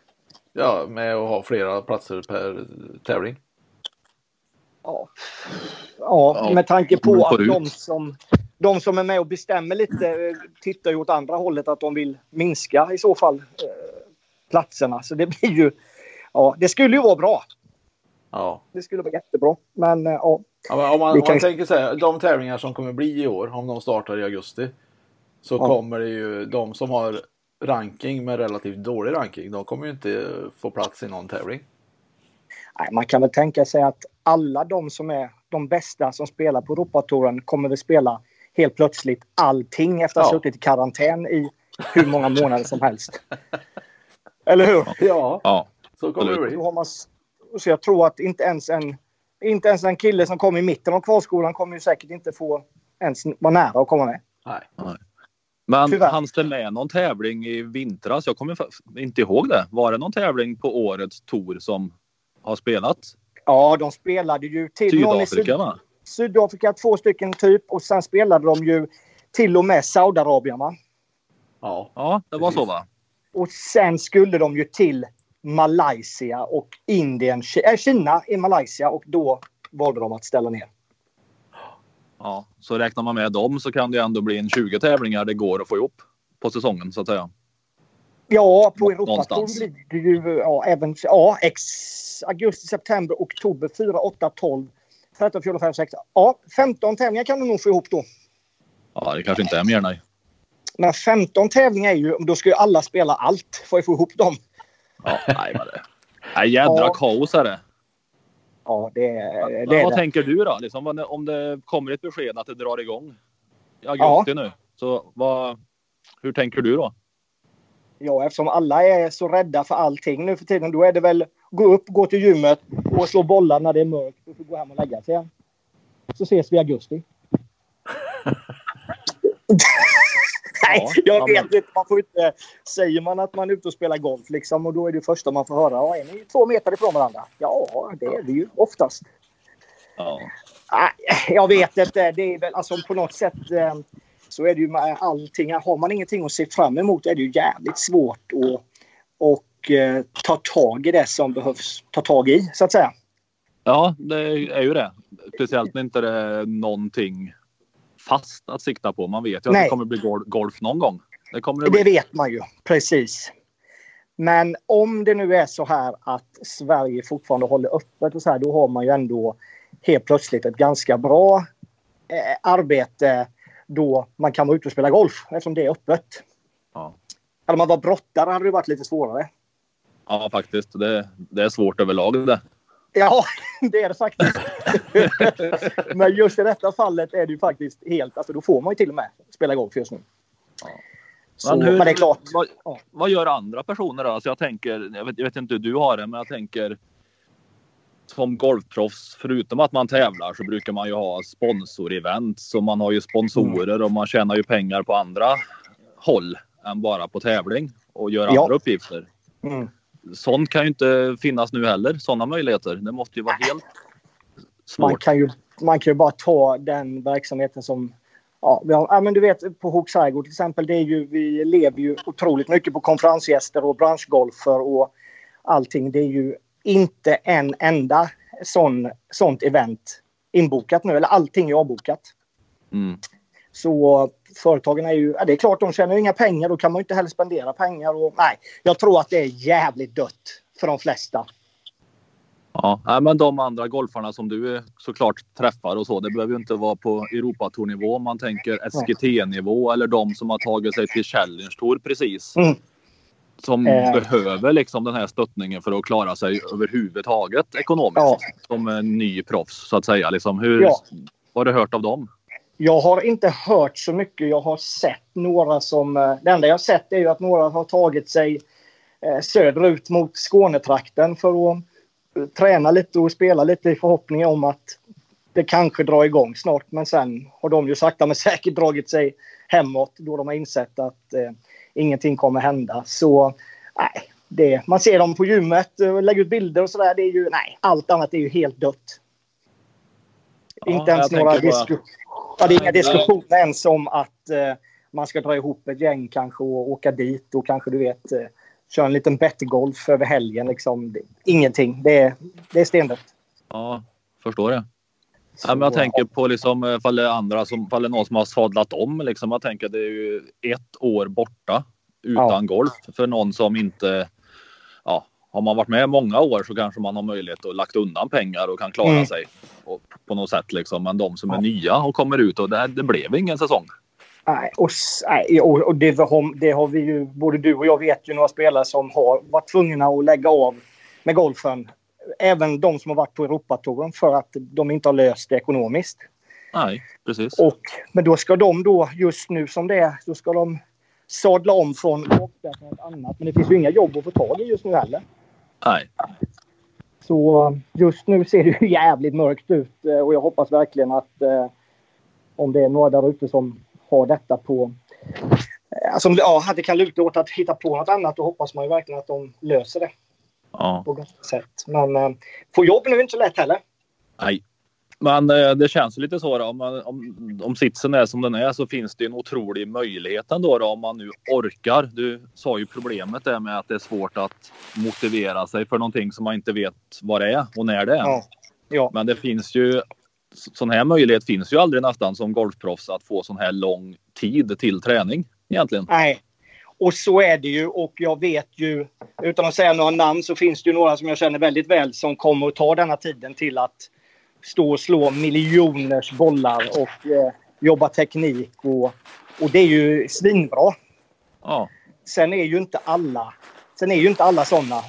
Speaker 7: Ja, med att ha flera platser per tävling.
Speaker 6: Ja. Ja,
Speaker 1: Ja,
Speaker 6: med tanke
Speaker 1: men
Speaker 6: på att
Speaker 1: förut.
Speaker 6: de som, de som är med och bestämmer lite eh, tittar ju åt andra hållet att de vill minska i så fall eh, platserna. Så det blir ju... Ja, det skulle ju vara bra.
Speaker 7: Ja.
Speaker 6: Det skulle vara jättebra. Men eh, ja.
Speaker 7: Ja, men om man, om
Speaker 6: Vi
Speaker 7: man
Speaker 6: kan-
Speaker 7: tänker så här, de tävlingar som kommer bli i år, om de startar i augusti, så kommer det ju de som har ranking med relativt dålig ranking, de kommer ju inte få plats i någon tävling.
Speaker 6: Nej, man kan väl tänka sig att alla de som är de bästa som spelar på Europatouren kommer väl spela helt plötsligt allting efter att ha
Speaker 7: Ja.
Speaker 6: suttit i karantän i hur många månader som helst. Eller hur?
Speaker 7: Ja,
Speaker 1: Ja.
Speaker 7: så kommer det
Speaker 1: absolut.
Speaker 7: bli.
Speaker 6: Då har man, s- så jag tror att inte ens en, inte ens en kille som kom i mitten av kvalskolan kommer ju säkert inte få ens vara nära att komma med.
Speaker 7: Nej.
Speaker 1: Men
Speaker 6: Tyvärr.
Speaker 1: hanns det med någon tävling i vintras? Jag kommer fa- inte ihåg det. Var det någon tävling på årets tour som har spelats?
Speaker 6: Ja, de spelade ju till någon i Syd-
Speaker 1: Sydafrika va?
Speaker 6: Sydafrika, två stycken typ. Och sen spelade de ju till och med Saudiarabien. Va?
Speaker 7: Ja,
Speaker 1: Ja, det var så va?
Speaker 6: Och sen skulle de ju till Malaysia och Indien. Ki- äh, Kina i Malaysia och då valde de att ställa ner.
Speaker 1: Ja, så räknar man med dem så kan det ändå bli en 20 tävlingar det går att få ihop på säsongen så att säga.
Speaker 6: Ja, på
Speaker 1: Nå-
Speaker 6: Europatouren
Speaker 1: någonstans.
Speaker 6: blir det ju ja, även ja, ex, augusti, september, oktober 4, 8, 12, 13, 14, 15, 16. Ja, 15 tävlingar kan du nog få ihop då.
Speaker 1: Ja, det kanske inte är mer nej.
Speaker 6: Men 15 tävlingar är ju, då ska ju alla spela allt för att få ihop dem.
Speaker 1: Ja, nej vad det Nej, jädra
Speaker 6: Ja.
Speaker 1: kaos är det.
Speaker 6: Ja, det, är- det
Speaker 1: Men
Speaker 6: är
Speaker 1: vad
Speaker 6: det.
Speaker 1: tänker du då? Liksom, vad- om det kommer ett besked att det drar igång i augusti nu. Så vad, hur tänker du då?
Speaker 6: Ja, eftersom alla är så rädda för allting nu för tiden, då är det väl gå upp, gå till gymmet och slå bollar när det är mörkt och så gå hem och lägga sig igen. Så ses vi
Speaker 1: <laughs>
Speaker 6: i augusti. Nej,
Speaker 1: Ja,
Speaker 6: jag
Speaker 1: ja,
Speaker 6: vet
Speaker 1: men-
Speaker 6: inte. Man får inte. Säger man att man är ute och spelar golf liksom och då är det första man får höra. Ja, är ni två meter ifrån varandra? Ja, det är vi ju oftast.
Speaker 1: Ja.
Speaker 6: Nej, jag vet inte. Det är väl alltså på något sätt eh, så är det ju med allting. Har man ingenting att se fram emot är det ju jävligt svårt att och, eh, ta tag i det som behövs ta tag i så att säga.
Speaker 1: ja, det är ju det. Speciellt när inte det är någonting fast att sikta på. Man vet ju att
Speaker 6: Nej.
Speaker 1: det kommer bli gol- golf någon gång. Det kommer det
Speaker 6: Det
Speaker 1: bli.
Speaker 6: vet man ju precis. Men om det nu är så här att Sverige fortfarande håller öppet och så här, då har man ju ändå helt plötsligt ett ganska bra eh, arbete då man kan vara ute och spela golf eftersom det är öppet.
Speaker 1: Ja.
Speaker 6: Hade man varit brottare hade det varit lite svårare.
Speaker 1: Ja, faktiskt. Det, det är svårt överlag det.
Speaker 6: Ja, <laughs> det är det
Speaker 1: <laughs>
Speaker 6: faktiskt. Men just i detta fallet är det ju faktiskt helt... Alltså då får man ju till och med spela golf just nu. Så, men,
Speaker 1: hur-
Speaker 6: det är klart.
Speaker 1: Vad,
Speaker 6: Ja.
Speaker 1: vad gör andra personer då? Alltså jag tänker, jag vet, jag vet inte hur du har det, men jag tänker som golfproffs, förutom att man tävlar så brukar man ju ha sponsorevent. Så man har ju
Speaker 6: Mm.
Speaker 1: sponsorer och man tjänar ju pengar på andra håll än bara på tävling och gör
Speaker 6: Ja.
Speaker 1: andra uppgifter.
Speaker 6: Mm.
Speaker 1: Sånt kan ju inte finnas nu heller, sådana möjligheter. Det måste ju vara helt
Speaker 6: Man,
Speaker 1: svårt.
Speaker 6: kan ju, man kan ju bara ta den verksamheten som... Ja, vi har, ja, men du vet på Hooks Herrgård till exempel. Det är ju, vi lever ju otroligt mycket på konferensgäster och branschgolfer och allting. Det är ju inte en enda sån, sånt event inbokat nu. Eller allting är avbokat.
Speaker 1: Mm.
Speaker 6: Så företagen är ju... Ja, det är klart, de tjänar ju inga pengar. Då kan man ju inte heller spendera pengar. Och, nej, jag tror att det är jävligt dött för de flesta.
Speaker 1: Ja, nej, men de andra golfarna som du eh, såklart träffar och så, det behöver ju inte vara på Europatournivå om man tänker SGT-nivå eller de som har tagit sig till Challenge Tour precis.
Speaker 6: Mm.
Speaker 1: Som
Speaker 6: Eh.
Speaker 1: behöver liksom den här stöttningen för att klara sig överhuvudtaget ekonomiskt.
Speaker 6: Ja.
Speaker 1: Som en ny proffs så att säga. Liksom, hur,
Speaker 6: Ja.
Speaker 1: Vad har du hört av dem?
Speaker 6: Jag har inte hört så mycket. Jag har sett några som... eh, Det enda jag har sett är ju att några har tagit sig eh, söderut mot Skånetrakten för att eh, träna lite och spela lite i förhoppning om att det kanske drar igång snart. Men sen har de ju sakta men säkert dragit sig hemåt då de har insett att eh, ingenting kommer hända. Så nej, det, man ser dem på gymmet, eh, lägger ut bilder och sådär. Det är ju, nej, allt annat är ju helt dött.
Speaker 1: Ja,
Speaker 6: Inte ens
Speaker 1: jag
Speaker 6: några
Speaker 1: tänker bara-
Speaker 6: diskussioner. Ja, det är inga diskussioner ens om att eh, man ska dra ihop ett gäng kanske och åka dit och kanske du vet eh, köra en liten bettegolf över helgen. Liksom. Det, ingenting. Det är, det är stendött.
Speaker 1: Ja, förstår det. Ja, men jag tänker på liksom, eh, fall det är andra som, fall det är någon som har sadlat om. Liksom, jag tänker det är ju ett år borta utan
Speaker 6: Ja.
Speaker 1: golf för någon som inte... Ja, har man varit med många år så kanske man har möjlighet att lagt undan pengar och kan klara
Speaker 6: Mm.
Speaker 1: sig och, på något sätt. Liksom. Men de som är
Speaker 6: Ja.
Speaker 1: nya och kommer ut och det, här, det blev ingen säsong.
Speaker 6: Nej, och, s- nej, och, och det, har, det har vi ju, både du och jag vet ju några spelare som har varit tvungna att lägga av med golfen. Även de som har varit på Europatouren för att de inte har löst det ekonomiskt.
Speaker 1: Nej, precis.
Speaker 6: Och, men då ska de då, just nu som det är, då ska de sadla om från golfspel till något annat. Men det finns ju inga jobb att få tag i just nu heller.
Speaker 1: Nej.
Speaker 6: Så eh, just nu ser det ju <laughs> jävligt mörkt ut eh, och jag hoppas verkligen att eh, om det är några där ute som har detta på Alltså, ja, det kan luta åt att hitta på något annat. Då hoppas man ju verkligen att de löser det
Speaker 1: Ja.
Speaker 6: på gott sätt. Men eh, få jobb nu är inte så lätt heller.
Speaker 1: Nej. Men eh, det känns ju lite så då. Om, man, om, om sitsen är som den är så finns det ju en otrolig möjlighet ändå då, om man nu orkar. Du sa ju problemet är med att det är svårt att motivera sig för någonting som man inte vet vad det är och när det är.
Speaker 6: Ja. Ja.
Speaker 1: Men det finns ju sån här möjlighet finns ju aldrig nästan som golfproffs att få sån här lång tid till träning egentligen.
Speaker 6: Nej. Och så är det ju och jag vet ju, utan att säga några namn, så finns det ju några som jag känner väldigt väl som kommer att ta denna tiden till att stå och slå miljoners bollar och eh, jobba teknik och, och det är ju svinbra.
Speaker 1: Ja,
Speaker 6: Sen är ju inte alla, sen är ju inte alla sådana.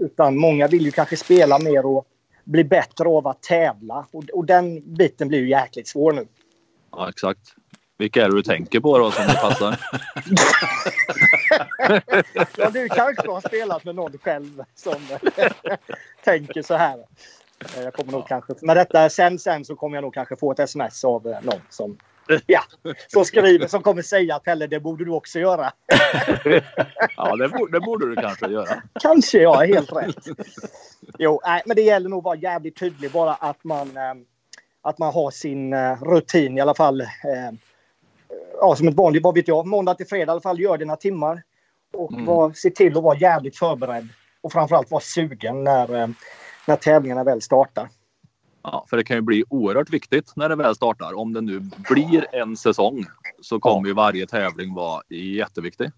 Speaker 6: Utan många vill ju kanske spela mer och bli bättre av att tävla. Och, och den biten blir ju jäkligt svår nu.
Speaker 1: ja exakt. Vilka är det du tänker på då som det passar?
Speaker 6: Ja, du kanske har spelat med någon själv som <laughs> tänker så här. Eh, Jag kommer nog kanske, med detta sen, sen så kommer jag nog kanske få ett sms av eh, någon som, <laughs> ja, som skriver, som kommer säga att Pelle, det borde du också göra.
Speaker 1: Ja, det borde, det borde du kanske göra.
Speaker 6: Kanske jag är helt rätt. Jo, nej, men det gäller nog att vara jävligt tydlig bara att man, eh, att man har sin eh, rutin i alla fall. eh, Ja, som ett vanligt, vad vet jag, måndag till fredag i alla fall, gör dina timmar. Och var, se till att vara jävligt förberedd. Och framförallt vara sugen när, eh, när tävlingarna väl startar.
Speaker 1: Ja, för det kan ju bli oerhört viktigt när det väl startar. Om det nu blir en säsong så kommer ju varje tävling vara jätteviktig.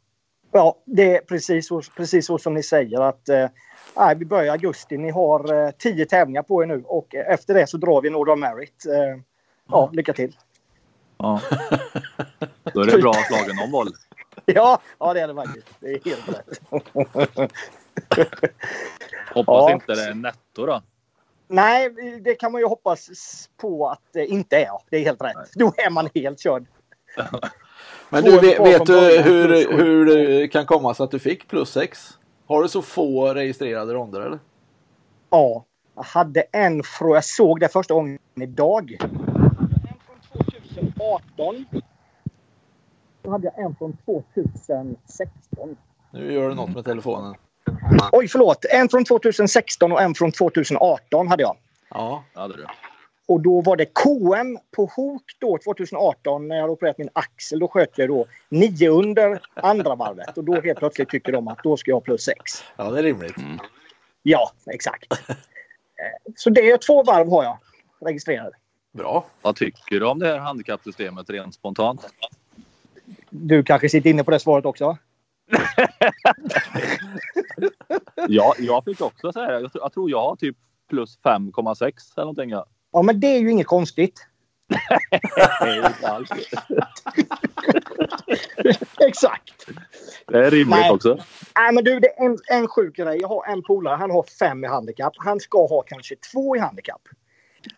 Speaker 6: Ja, det är precis, så- precis så som ni säger att eh, nej, vi börjar i augusti. Ni har eh, tio tävlingar på er nu och eh, efter det så drar vi en Order of Merit. Eh, ja, lycka till.
Speaker 1: Ja. Då är det bra att laga någon boll.
Speaker 6: <laughs> Ja, ja det är det faktiskt. Det är helt rätt.
Speaker 1: Hoppas
Speaker 6: Ja.
Speaker 1: inte det är netto då.
Speaker 6: Nej, det kan man ju hoppas på att det inte är. Det är helt rätt. Då är man helt körd.
Speaker 2: Men du,
Speaker 6: Två
Speaker 2: vet,
Speaker 6: kvar
Speaker 2: vet
Speaker 6: från
Speaker 2: du
Speaker 6: början, plus
Speaker 2: hur,
Speaker 6: sju.
Speaker 2: hur det kan komma sig att du fick plus sex? Har du så få registrerade ronder eller?
Speaker 6: Ja, jag hade en från... Jag såg det första gången idag. Jag hade en från 2018. Då hade jag en från 2016.
Speaker 2: Nu gör du något med telefonen.
Speaker 6: Oj, förlåt. En från 2016 och en från 2018 hade jag.
Speaker 2: Ja,
Speaker 1: Ja, det är det.
Speaker 6: Och då var det KM på Hok då 2018 när jag hade opererat min axel. Då sköt jag då nio under andra varvet och då helt plötsligt tycker de att då ska jag ha plus sex.
Speaker 2: ja det är rimligt.
Speaker 6: Ja, exakt. Eh, Så det är två varv har jag registrerade.
Speaker 2: Bra.
Speaker 1: Vad tycker du om det här handikappsystemet rent spontant?
Speaker 6: Du kanske sitter inne på det svaret också?
Speaker 1: Ja, jag fick också så här. Jag, tror- jag tror jag har typ plus 5,6 eller någonting. Ja.
Speaker 6: Ja, men det är ju inget konstigt. <laughs>
Speaker 1: Nej, inte alls.
Speaker 6: Exakt.
Speaker 1: Det är rimligt
Speaker 6: Nej.
Speaker 1: också.
Speaker 6: Nej, men du, det är en, en sjuk grej. Jag har en polare, han har fem i handikapp. Han ska ha kanske två i handikapp.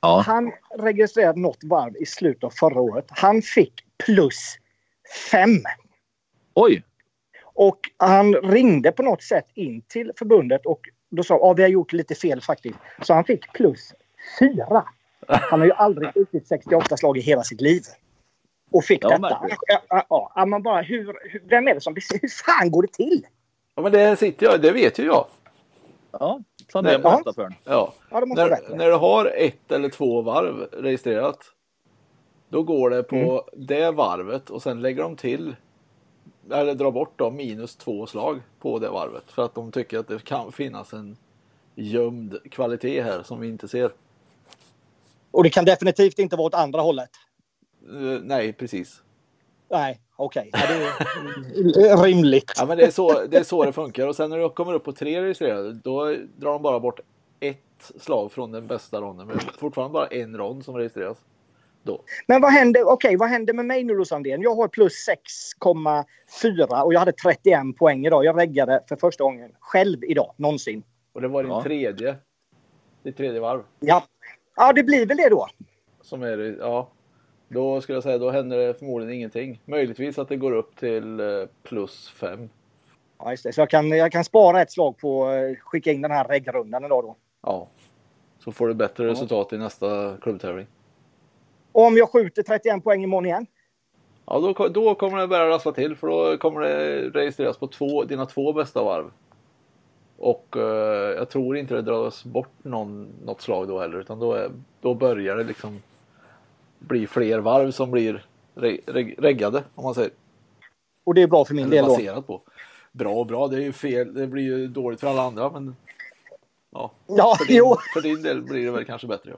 Speaker 1: Ja.
Speaker 6: Han registrerade något varv i slutet av förra året. Han fick plus fem.
Speaker 1: Oj!
Speaker 6: Och han ringde på något sätt in till förbundet och då sa ja, vi har gjort lite fel faktiskt. Så han fick plus fyra. Han har ju aldrig skjutit 68 slag i hela sitt liv. Och fick
Speaker 1: Ja,
Speaker 6: detta.
Speaker 1: märkligt.
Speaker 6: Ja, ja, ja, man bara, hur, hur, vem är det som bestämmer? Hur fan går det till?
Speaker 2: Ja, men det här sitter jag, det vet ju jag.
Speaker 1: Ja, planera på
Speaker 6: Ja.
Speaker 1: nästa förn.
Speaker 2: Ja.
Speaker 6: Ja, det måste vara
Speaker 2: När,
Speaker 6: bättre.
Speaker 2: när du har ett eller två varv registrerat. Då går det på
Speaker 6: Mm.
Speaker 2: det varvet och sen lägger de till. Eller drar bort då minus två slag på det varvet. För att de tycker att det kan finnas en gömd kvalitet här som vi inte ser.
Speaker 6: Och det kan definitivt inte vara åt andra hållet.
Speaker 2: Eh, nej, precis.
Speaker 6: Nej, okej. Ja, det
Speaker 1: <laughs>
Speaker 6: är rimligt.
Speaker 2: Ja, men det är, så, det är så det funkar. Och sen när du kommer upp på tre registrerade, då drar de bara bort ett slag från den bästa ronden. Men fortfarande bara en rond som registreras. Då.
Speaker 6: Men vad händer, okej, vad händer med mig nu då Sandén? Jag har plus 6,4 och jag hade 31 poäng idag. Jag reggade för första gången själv idag, någonsin.
Speaker 2: Och det var din
Speaker 1: Ja.
Speaker 2: tredje. Ditt tredje varv.
Speaker 6: Ja. Ja, det blir väl det då.
Speaker 2: Som är, det- ja. Då skulle jag säga, då händer det förmodligen ingenting. Möjligtvis att det går upp till eh, plus fem.
Speaker 6: Ja, just det. Så jag kan, jag kan spara ett slag på att skicka in den här reggrundan idag då.
Speaker 2: Ja. Så får du bättre resultat i nästa klubbtävling.
Speaker 6: Och om jag skjuter 31 poäng imorgon igen?
Speaker 2: Ja, då, då kommer det börja rassla till för då kommer det registreras på två, dina två bästa varv. Och eh, jag tror inte det dras bort någon, något slag då heller utan då, är, då börjar det liksom bli fler varv som blir re, reg- reggade om man säger.
Speaker 6: Och det är bra för min
Speaker 2: Eller
Speaker 6: del då.
Speaker 2: baserat på. Bra och bra, det är ju fel. Det blir ju dåligt för alla andra men ja,
Speaker 6: Ja,
Speaker 2: för, din,
Speaker 6: jo.
Speaker 2: för din del blir det väl kanske bättre. Ja,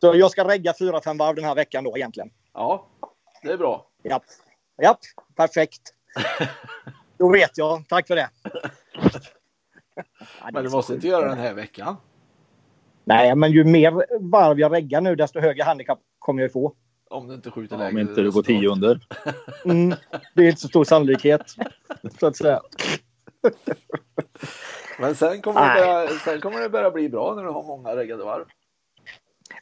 Speaker 6: Så jag ska regga fyra, fem varv den här veckan då egentligen.
Speaker 2: ja det är bra.
Speaker 6: Japp. Japp, perfekt. Då vet jag. Tack för det. Ja, det
Speaker 2: Men
Speaker 6: är
Speaker 2: du
Speaker 6: så
Speaker 2: måste
Speaker 6: sjukt.
Speaker 2: inte göra den här veckan.
Speaker 6: Nej, men ju mer varv jag reggar nu, desto högre handikapp kommer jag ju få.
Speaker 2: Om du inte skjuter
Speaker 1: Ja,
Speaker 2: lägre.
Speaker 1: om inte du går
Speaker 2: resultat.
Speaker 1: tio under.
Speaker 6: Mm, det är inte så stor sannolikhet. Så att säga.
Speaker 2: Men sen kommer, det
Speaker 6: Nej.
Speaker 2: börja, sen kommer det börja bli bra när du har många reggade varv.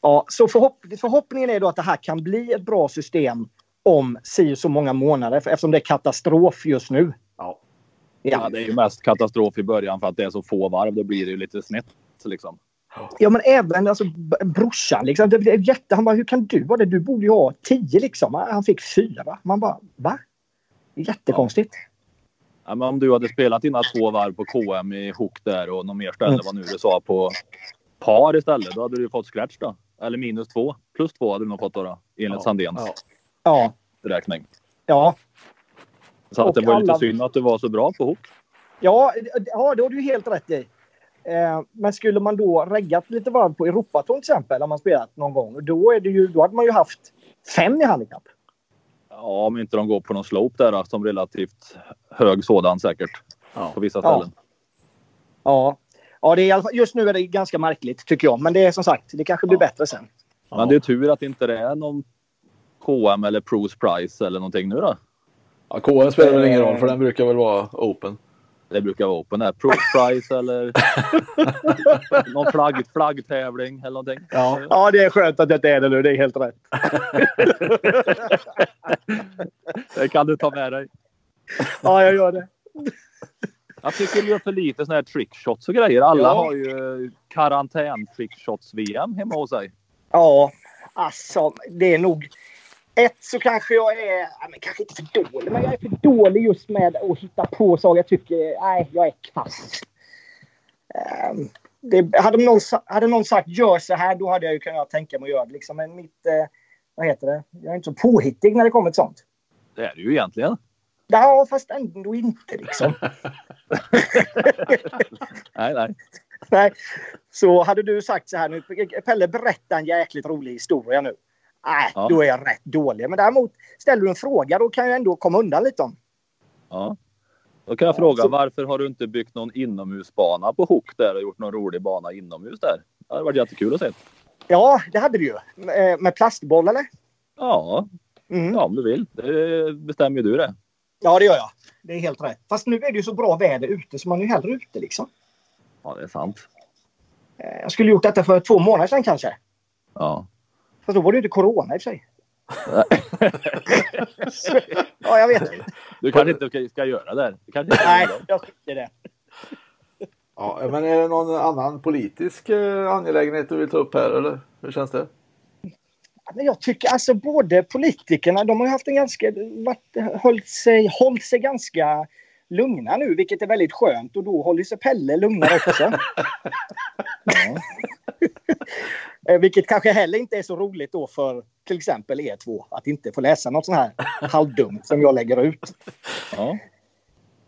Speaker 6: Ja, så förhopp förhoppningen är då att det här kan bli ett bra system om si och så många månader, för- eftersom det är katastrof just nu.
Speaker 2: Ja.
Speaker 1: Ja,
Speaker 6: Ja,
Speaker 1: det är ju mest katastrof i början för att det är så få varv. Då blir det ju lite snett liksom.
Speaker 6: ja men även alltså, b- brorsan, liksom, det blev jätte, han bara “Hur kan du ha det? Du borde ju ha tio liksom.” Han fick fyra. Man bara “Va?” Jättekonstigt.
Speaker 1: Ja, men om du hade spelat dina två varv på KM i Hook där och något mer ställe, vad nu du sa, på par istället, då hade du ju fått scratch då. Eller minus två. Plus två hade du nog fått då, då enligt
Speaker 2: Ja,
Speaker 1: Sandéns
Speaker 2: ja.
Speaker 6: Ja,
Speaker 1: beräkning.
Speaker 6: ja.
Speaker 1: Så att
Speaker 6: Och
Speaker 1: det var ju lite
Speaker 6: alla-
Speaker 1: synd att du var så bra på Hook.
Speaker 6: Ja, ja, det har du helt rätt i. Eh, men skulle man då reggat lite varv på Europatorn till exempel, om man spelat någon gång, då, är det ju, då hade man ju haft fem i handikapp.
Speaker 1: Ja, om inte de går på någon slope där då, som relativt hög sådan säkert.
Speaker 2: Ja.
Speaker 1: På vissa
Speaker 6: Ja.
Speaker 1: ställen.
Speaker 6: Ja, ja det är, i alla fall- just nu är det ganska märkligt tycker jag. Men det är som sagt, det kanske blir bättre sen.
Speaker 1: Men det är tur att det inte är någon KM eller Pros Price eller någonting nu då.
Speaker 2: Ja, KM spelar väl ingen roll för
Speaker 6: Eh.
Speaker 2: den brukar väl vara open.
Speaker 1: Det brukar vara open där. Pros
Speaker 2: <laughs>
Speaker 1: Price eller någon flagg, flaggtävling eller någonting.
Speaker 2: Ja.
Speaker 6: Ja, det är skönt att det inte är det nu. Det är helt rätt.
Speaker 1: Det kan du ta med dig.
Speaker 6: Ja, jag gör det.
Speaker 1: Jag tycker vi gör för lite såna här trickshots och grejer. Alla
Speaker 2: Ja.
Speaker 1: har ju eh, karantän-trickshots-VM hemma hos sig.
Speaker 6: Ja, alltså det är nog... Ett så kanske jag är, ja, men kanske inte för dålig, men jag är för dålig just med att hitta på saker jag tycker, nej, jag är kass. Ehm, det, hade, någon, sa- hade någon sagt gör så här, då hade jag ju kunnat tänka mig att göra det. Liksom. Men mitt, eh, vad heter det, jag är inte så påhittig när det kommer till sånt.
Speaker 1: Det är det ju egentligen.
Speaker 6: Ja, fast ändå inte liksom.
Speaker 1: Nej, nej.
Speaker 6: Nej. Så hade du sagt så här nu, Pelle berätta en jäkligt rolig historia nu. Nej,
Speaker 1: Ja.
Speaker 6: då är jag rätt dålig. Men däremot ställer du en fråga då kan jag ändå komma undan lite om.
Speaker 1: Ja. Då kan jag
Speaker 6: Ja,
Speaker 1: fråga
Speaker 6: så-
Speaker 1: varför har du inte byggt någon inomhusbana på Hook där och gjort någon rolig bana inomhus där? Det hade varit jättekul att se.
Speaker 6: Ja, det hade du ju. Eh, Med plastboll eller?
Speaker 1: Ja,
Speaker 6: Mm.
Speaker 1: ja, om du vill. Det bestämmer ju du det.
Speaker 6: Ja, det gör jag. Det är helt rätt. Fast nu är det ju så bra väder ute så man är ju hellre ute liksom.
Speaker 1: Ja, det är sant.
Speaker 6: Eh, Jag skulle gjort detta för två månader sedan kanske.
Speaker 1: Ja.
Speaker 6: Fast då var det ju inte corona i och för
Speaker 1: <laughs>
Speaker 6: sig. <laughs> ja, jag vet.
Speaker 1: Du kanske inte ska- ska göra det. här. Du kanske inte
Speaker 6: Nej,
Speaker 1: vill det.
Speaker 6: jag tycker det.
Speaker 2: ja, men är det någon annan politisk eh, angelägenhet du vill ta upp här eller? Hur känns det?
Speaker 6: Men jag tycker alltså både politikerna, de har ju haft en ganska, varit, hållit, sig, hållit sig ganska lugna nu, vilket är väldigt skönt. Och då håller sig Pelle lugnare också. <laughs> Eh, vilket kanske heller inte är så roligt då för till exempel er två, att inte få läsa något sånt här halvdumt som jag lägger ut.
Speaker 1: Ja.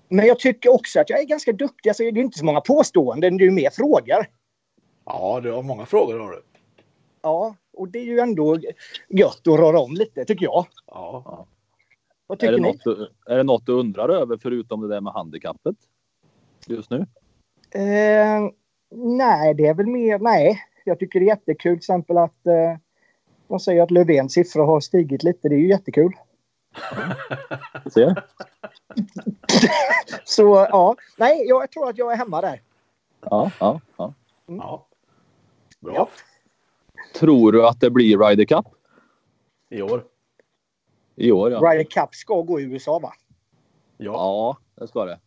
Speaker 6: Men jag tycker också att jag är ganska duktig. Alltså, det är ju inte så många påståenden, det är ju mer frågor.
Speaker 2: Ja, du har många frågor har du.
Speaker 6: Ja, och det är ju ändå gött att röra om lite, tycker jag.
Speaker 2: Ja.
Speaker 6: Vad
Speaker 1: Är,
Speaker 6: tycker
Speaker 1: det
Speaker 6: ni?
Speaker 1: något, du- är det något du undrar över förutom det där med handikappet? Just nu?
Speaker 6: Eh, nej, det är väl mer... Nej, jag tycker det är jättekul till exempel att eh, de säger att Löfvens siffror har stigit lite. Det är ju jättekul.
Speaker 1: Vi ser.
Speaker 6: Så ja, nej, jag tror att jag är hemma där.
Speaker 1: Ja, ja, ja.
Speaker 2: ja. Bra.
Speaker 6: Ja.
Speaker 1: Tror du att det blir Ryder Cup
Speaker 2: I år.
Speaker 1: i år? Ja,
Speaker 6: Ryder Cup ska gå i USA va?
Speaker 2: Ja.
Speaker 1: ja det ska det.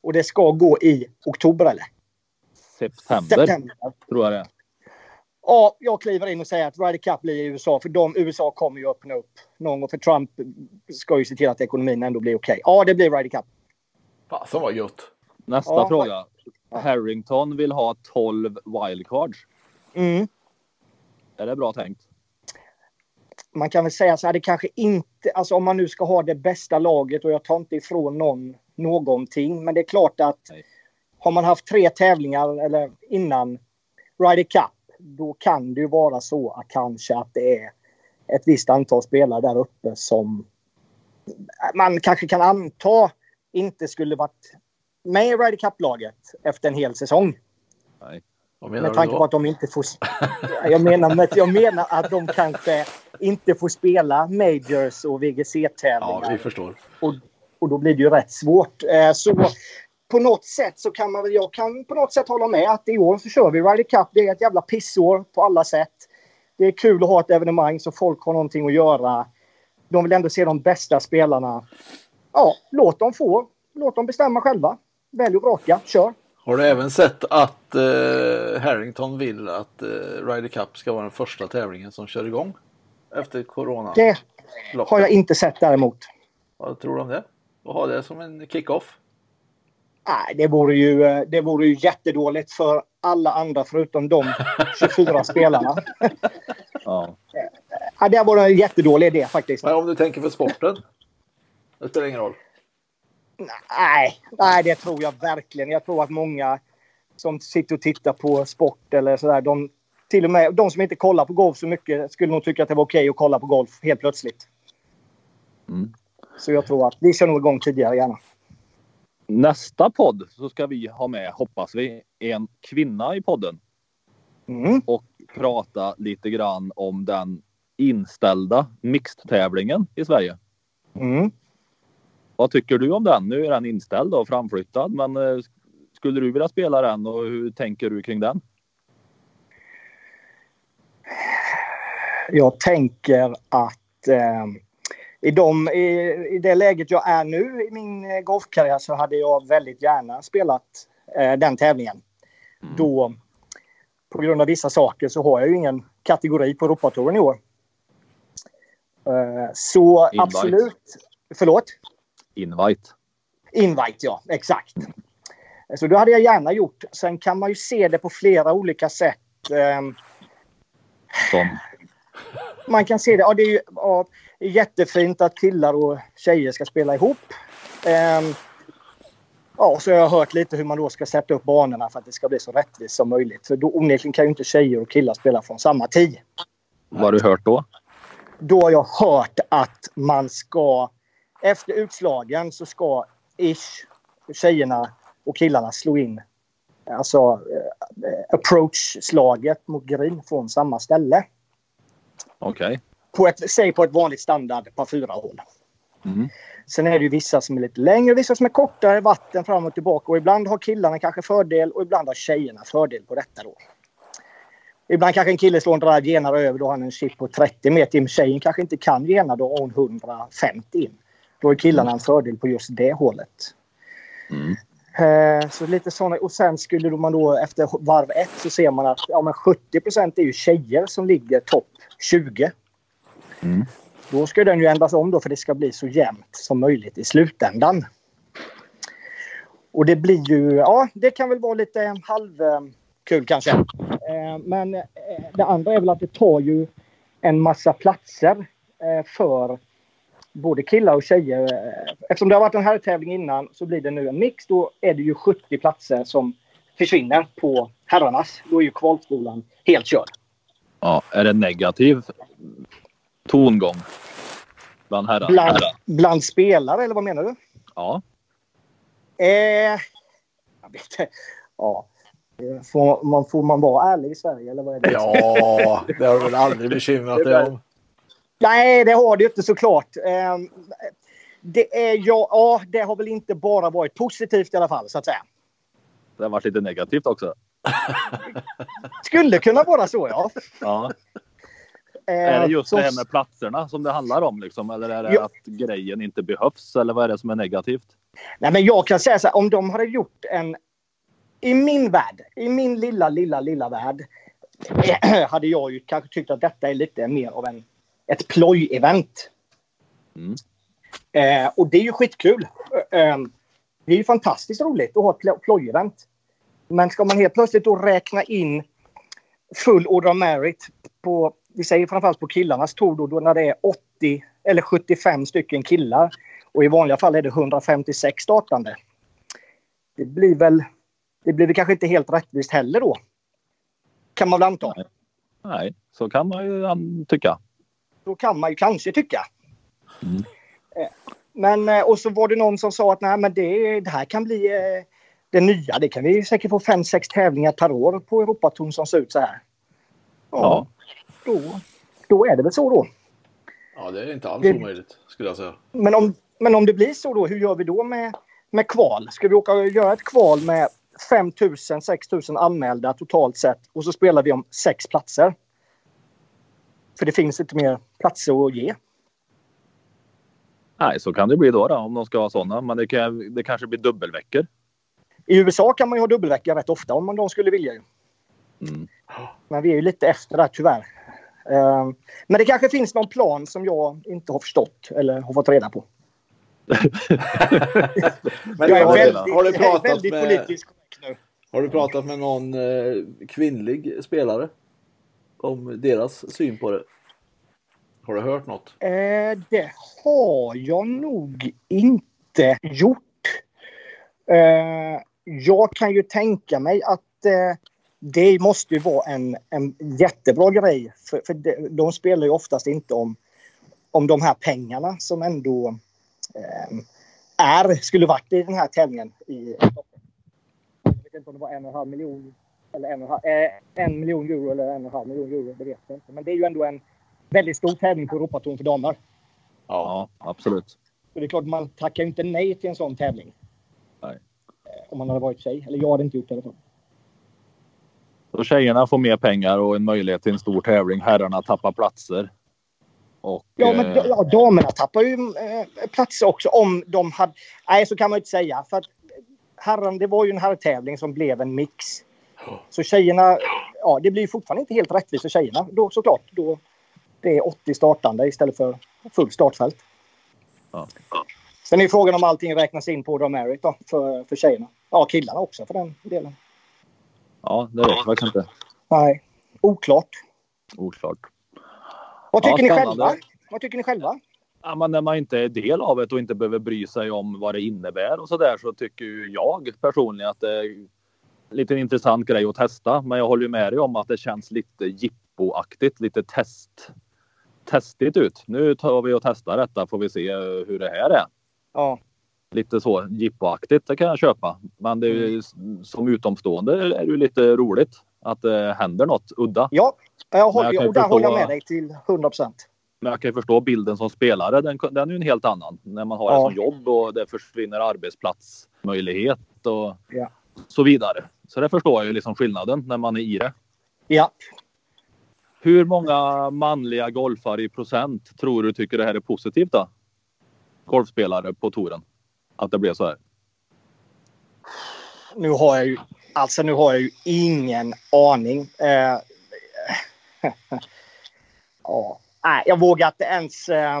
Speaker 6: Och det ska gå i oktober eller?
Speaker 1: September
Speaker 6: September.
Speaker 1: tror jag det är.
Speaker 6: Ja, jag kliver in och säger att Ryder Cup blir i USA, för de, USA kommer ju öppna upp någon gång. För Trump ska ju se till att ekonomin ändå blir okej. Ja, det blir Ryder Cup.
Speaker 7: Fasen vad gött.
Speaker 1: Nästa
Speaker 6: Ja.
Speaker 1: fråga. Harrington vill ha 12 wildcards.
Speaker 6: Mm.
Speaker 1: Är det bra tänkt?
Speaker 6: man kan väl säga så här, det kanske inte, alltså om man nu ska ha det bästa laget och jag tar inte ifrån någon någonting, men det är klart att
Speaker 1: Nej.
Speaker 6: har man haft tre tävlingar eller innan Ryder Cup, då kan det ju vara så att kanske att det är ett visst antal spelare där uppe som man kanske kan anta inte skulle varit med i Ryder Cup-laget efter en hel säsong.
Speaker 2: Vad menar
Speaker 6: Med
Speaker 2: du
Speaker 6: tanke på
Speaker 2: då?
Speaker 6: att de inte får... <laughs> Jag menar, med- jag menar att de kanske inte får spela majors och
Speaker 2: Ja,
Speaker 6: VGC-tävlingar.
Speaker 2: vi förstår.
Speaker 6: och, och då blir det ju rätt svårt. Eh, Så på något sätt så kan man väl... Jag kan på något sätt hålla med att i år så kör vi Ryder Cup. Det är ett jävla pissår på alla sätt. Det är kul att ha ett evenemang så folk har någonting att göra. De vill ändå se de bästa spelarna. Ja, låt dem få. Låt dem bestämma själva. Välj och vraka. Kör.
Speaker 2: Har du även sett att eh, Harrington vill att eh, Ryder Cup ska vara den första tävlingen som kör igång? Efter corona.
Speaker 6: Det har jag inte sett däremot.
Speaker 2: Vad tror du om det? Och ha det som en kick-off?
Speaker 6: Nej, det vore ju, eh, det vore ju jättedåligt för alla andra förutom de 24 spelarna.
Speaker 1: Ja.
Speaker 6: Ja, det vore en jättedålig idé faktiskt.
Speaker 2: Men om du tänker för sporten? Det spelar ingen roll.
Speaker 6: Nej, nej, det tror jag verkligen. Jag tror att många som sitter och tittar på sport eller sådär, de, till och med de som inte kollar på golf så mycket skulle nog tycka att det var okej att kolla på golf helt plötsligt.
Speaker 1: Mm.
Speaker 6: Så jag tror att vi kör nog igång tidigare gärna.
Speaker 1: Nästa podd så ska vi ha med, hoppas vi, en kvinna i podden
Speaker 6: Mm.
Speaker 1: och prata lite grann om den inställda mixed-tävlingen i Sverige.
Speaker 6: Mm.
Speaker 1: Vad tycker du om den? Nu är den inställd och framflyttad, men eh, skulle du vilja spela den och hur tänker du kring den?
Speaker 6: Jag tänker att eh, i, de, i, i det läget jag är nu i min eh, golfkarriär så hade jag väldigt gärna spelat eh, den tävlingen. Då, på grund av vissa saker, så har jag ju ingen kategori på Europatouren i år. Eh, så
Speaker 1: Invite.
Speaker 6: absolut. Förlåt?
Speaker 1: Invite.
Speaker 6: Invite, ja. Exakt. Så det hade jag gärna gjort. Sen kan man ju se det på flera olika sätt. Ehm,
Speaker 1: Som,
Speaker 6: man kan se det. Ja, det är ju ja, det är jättefint att killar och tjejer ska spela ihop. Ehm, ja, så har jag hört lite hur man då ska sätta upp banorna för att det ska bli så rättvist som möjligt. För då onekligen kan ju inte tjejer och killar spela från samma tid.
Speaker 1: vad har du hört då?
Speaker 6: Då har jag hört att man ska... Efter utslagen så ska ish tjejerna och killarna slå in alltså eh, eh, approach-slaget mot green från samma ställe.
Speaker 1: Okej.
Speaker 6: på ett, säg på ett vanligt standard par fyra hål.
Speaker 1: Mm.
Speaker 6: Sen är det ju vissa som är lite längre, vissa som är kortare, vatten fram och tillbaka. Och ibland har killarna kanske fördel och ibland har tjejerna fördel på detta då. Ibland kanske en kille slår en drive genare över, då har han en chip på 30 meter in. Tjejen kanske inte kan gena, då har hon 150 in. Då är killarna en fördel på just det hålet.
Speaker 1: Mm.
Speaker 6: Eh, Så lite såna. Och sen skulle då man då efter varv ett så ser man att ja, men 70 är ju tjejer som ligger topp 20.
Speaker 1: Mm.
Speaker 6: Då ska den ju ändras om då för det ska bli så jämnt som möjligt i slutändan. Och det blir ju, ja det kan väl vara lite halvkul kanske. Eh, Men eh, det andra är väl att det tar ju en massa platser eh, för både killar och tjejer. eh, Eftersom det har varit en herrtävling innan så blir det nu en mix. Då är det ju 70 platser som försvinner på herrarnas. Då är ju kvalskolan helt körd.
Speaker 1: Ja, är det negativ tongång? Bland herrar?
Speaker 6: Bland, bland spelare eller vad menar du?
Speaker 1: Ja.
Speaker 6: Eh, jag vet inte. Ja. Eh, Får man, får man vara ärlig i Sverige eller vad är det?
Speaker 2: Ja, det har du väl aldrig bekymrat dig om?
Speaker 6: Nej, det har det ju inte såklart. Eh, det, är, ja, ja, det har väl inte bara varit positivt i alla fall så att säga.
Speaker 1: Det har varit lite negativt också.
Speaker 6: Skulle kunna vara så ja.
Speaker 1: Ja.
Speaker 6: Eh,
Speaker 1: Är det just
Speaker 6: så-
Speaker 1: det här med platserna som det handlar om liksom? Eller är det
Speaker 6: Jo.
Speaker 1: att grejen inte behövs? Eller vad är det som är negativt?
Speaker 6: Nej, men jag kan säga så här, om de hade gjort en... I min värld, <clears throat> i min lilla, lilla, lilla värld hade jag ju kanske tyckt att detta är lite mer av en, ett ploj-event.
Speaker 1: Mm.
Speaker 6: Eh, och det är ju skitkul. Eh, eh, det är ju fantastiskt roligt att ha ett pl- ploj-event. Men ska man helt plötsligt då räkna in full order of merit på, vi säger framförallt på killarnas tour då, då när det är 80 eller 75 stycken killar och i vanliga fall är det 156 startande. Det blir väl, det blir väl kanske inte helt rättvist heller då. Kan man väl anta.
Speaker 1: Nej, så kan man ju an- tycka.
Speaker 6: Då kan man ju kanske tycka.
Speaker 1: Mm.
Speaker 6: Eh, Men, eh, och så var det någon som sa att nej men det, det här kan bli eh, det nya. Det kan vi säkert få fem sex tävlingar per år på Europatorn som ser ut så här.
Speaker 1: Ja.
Speaker 6: Då, då är det väl så då.
Speaker 7: Ja, det är inte alls
Speaker 6: Det-
Speaker 7: omöjligt skulle jag säga.
Speaker 6: Men om, men om det blir så då, hur gör vi då med, med kval? Ska vi åka och göra ett kval med 5 000, 6 000 anmälda totalt sett och så spelar vi om sex platser? För det finns inte mer platser att ge.
Speaker 1: Nej, så kan det bli då, då om de ska ha sådana. Men det, kan, det kanske blir dubbelveckor.
Speaker 6: I USA kan man ju ha dubbelvecka rätt ofta om man de skulle vilja. ju.
Speaker 1: Mm.
Speaker 6: Men vi är ju lite efter där tyvärr. Ehm, Men det kanske finns någon plan som jag inte har förstått eller har fått reda på.
Speaker 7: Men
Speaker 6: Jag är
Speaker 7: har,
Speaker 6: väldigt,
Speaker 7: du, har, du
Speaker 6: jag är
Speaker 7: pratat
Speaker 6: väldigt
Speaker 7: med,
Speaker 6: politisk korrekt nu.
Speaker 7: har du pratat med någon eh, kvinnlig spelare? Om deras syn på det? Har du hört något?
Speaker 6: Eh, det har jag nog inte gjort. Eh, jag kan ju tänka mig att eh, det måste ju vara en, en jättebra grej. För, för de, de spelar ju oftast inte om, om de här pengarna som ändå eh, är, skulle varit i den här tävlingen. I, jag vet inte om det var en och en halv miljon. Eller en, och en, halv, eh, en miljon euro eller en och en halv miljon euro. Det vet jag inte. Men det är ju ändå en väldigt stor tävling på Europatouren för damer.
Speaker 1: Ja, absolut.
Speaker 6: Så det är klart, man tackar ju inte nej till en sån tävling.
Speaker 1: Nej.
Speaker 6: Eh, Om man hade varit tjej. Eller jag hade inte gjort det i alla fall.
Speaker 1: Så tjejerna får mer pengar och en möjlighet till en stor tävling. Herrarna tappar platser. Och,
Speaker 6: Ja, men
Speaker 1: eh,
Speaker 6: ja, damerna tappar ju eh, platser också om de hade... Nej, så kan man ju inte säga. För att herran, det var ju en herrtävling som blev en mix. Så tjejerna... Ja, det blir ju fortfarande inte helt rättvist för tjejerna. Då, såklart, då, det är 80 startande istället för fullt startfält.
Speaker 1: Ja.
Speaker 6: Sen är ju frågan om allting räknas in på Order of Merit då, för, för tjejerna. Ja, killarna också för den delen.
Speaker 1: ja, det vet jag faktiskt inte.
Speaker 6: Nej, oklart.
Speaker 1: Oklart.
Speaker 6: Vad
Speaker 1: Ja,
Speaker 6: tycker ni
Speaker 1: spännande.
Speaker 6: själva? Vad tycker ni själva?
Speaker 1: Ja, men när man inte är del av det och inte behöver bry sig om vad det innebär och så där så tycker ju jag personligen att det är en liten intressant grej att testa. Men jag håller ju med dig om att det känns lite jippoaktigt, lite test, testigt ut. Nu tar vi och testar detta får vi se hur det här är.
Speaker 6: Ja,
Speaker 1: Lite så jippoaktigt, det kan jag köpa. Men det är ju, som utomstående är det ju lite roligt att det händer något udda.
Speaker 6: ja jag
Speaker 1: jag
Speaker 6: håller,
Speaker 1: kan ju
Speaker 6: och där håller jag
Speaker 1: förstå-
Speaker 6: med dig till 100 procent.
Speaker 1: Men jag kan ju förstå bilden som spelare, den, den är ju en helt annan. När man har
Speaker 6: Ja.
Speaker 1: det som jobb och det försvinner arbetsplatsmöjlighet och
Speaker 6: Ja.
Speaker 1: så vidare. Så det förstår jag ju liksom skillnaden när man är i det.
Speaker 6: Ja.
Speaker 1: Hur många manliga golfare i procent tror du tycker det här är positivt då? Golfspelare på touren. Att det blev så här.
Speaker 6: nu har jag ju, alltså nu har jag ju ingen aning. Eh, <laughs> ja, nej, jag vågar inte ens, eh,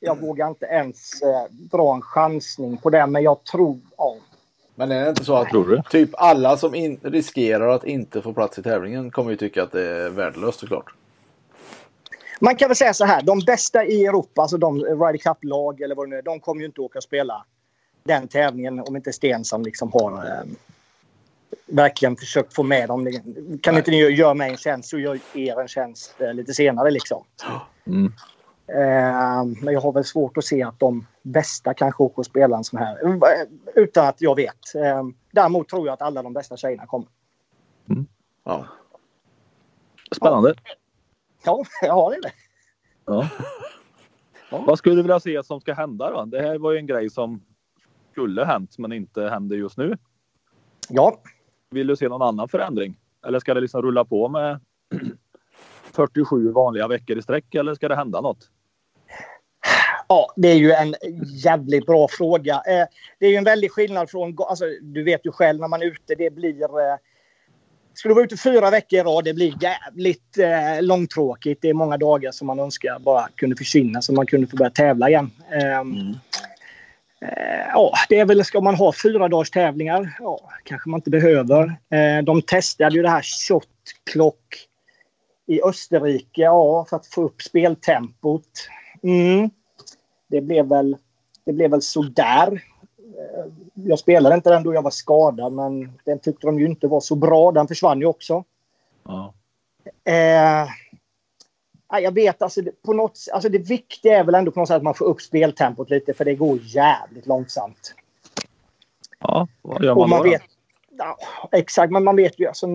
Speaker 6: jag vågar inte ens eh, dra en chansning på det, men jag tror, ja.
Speaker 7: Men är det inte så att
Speaker 1: Tror du?
Speaker 7: typ alla som in, riskerar att inte få plats i tävlingen kommer ju tycka att det är värdelöst såklart?
Speaker 6: Man kan väl säga så här, de bästa i Europa, alltså de Ryder Cup-lag eller vad det nu är, de kommer ju inte åka och spela den tävlingen om inte Stensson liksom har eh, verkligen försökt få med dem. Kan inte ni göra mig en tjänst så gör er en tjänst eh, lite senare liksom.
Speaker 1: Mm.
Speaker 6: Eh, men jag har väl svårt att se att de bästa kanske åker och spelar en sån här. eh, Utan att jag vet. Eh, däremot tror jag att alla de bästa tjejerna kommer.
Speaker 7: Ja.
Speaker 1: Spännande.
Speaker 6: Ja, <laughs> ja det är det.
Speaker 1: Ja. Vad skulle du vilja se som ska hända då? Det här var ju en grej som skulle hänt men inte händer just nu.
Speaker 6: Ja,
Speaker 1: Vill du se någon annan förändring? Eller ska det liksom rulla på med <clears throat> 47 vanliga veckor i sträck eller ska det hända något?
Speaker 6: ja, det är ju en jävligt bra fråga. Eh, det är ju en väldig skillnad från... Alltså, du vet ju själv när man är ute. Det blir... Eh, Ska du vara ute fyra veckor i rad, det blir jävligt eh, långtråkigt. Det är många dagar som man önskar bara kunde försvinna så man kunde få börja tävla igen. Ehm, eh, Ja, det är väl, ska man ha fyra dagars tävlingar? Ja, kanske man inte behöver. Eh, de testade ju det här shot clock i Österrike, ja, för att få upp speltempot. Mm. Det blev väl, det blev väl sådär Eh, jag spelade inte den då jag var skadad, men den tyckte de ju inte var så bra. Den försvann ju också.
Speaker 1: Ja.
Speaker 6: Eh, nej, jag vet, alltså, det- på något, s- alltså det viktiga är väl ändå på något sätt att man får upp speltempot lite, för det går jävligt långsamt.
Speaker 1: ja, vad gör
Speaker 6: Och
Speaker 1: man,
Speaker 6: man
Speaker 1: då?
Speaker 6: vet, ja, exakt, men man vet ju alltså,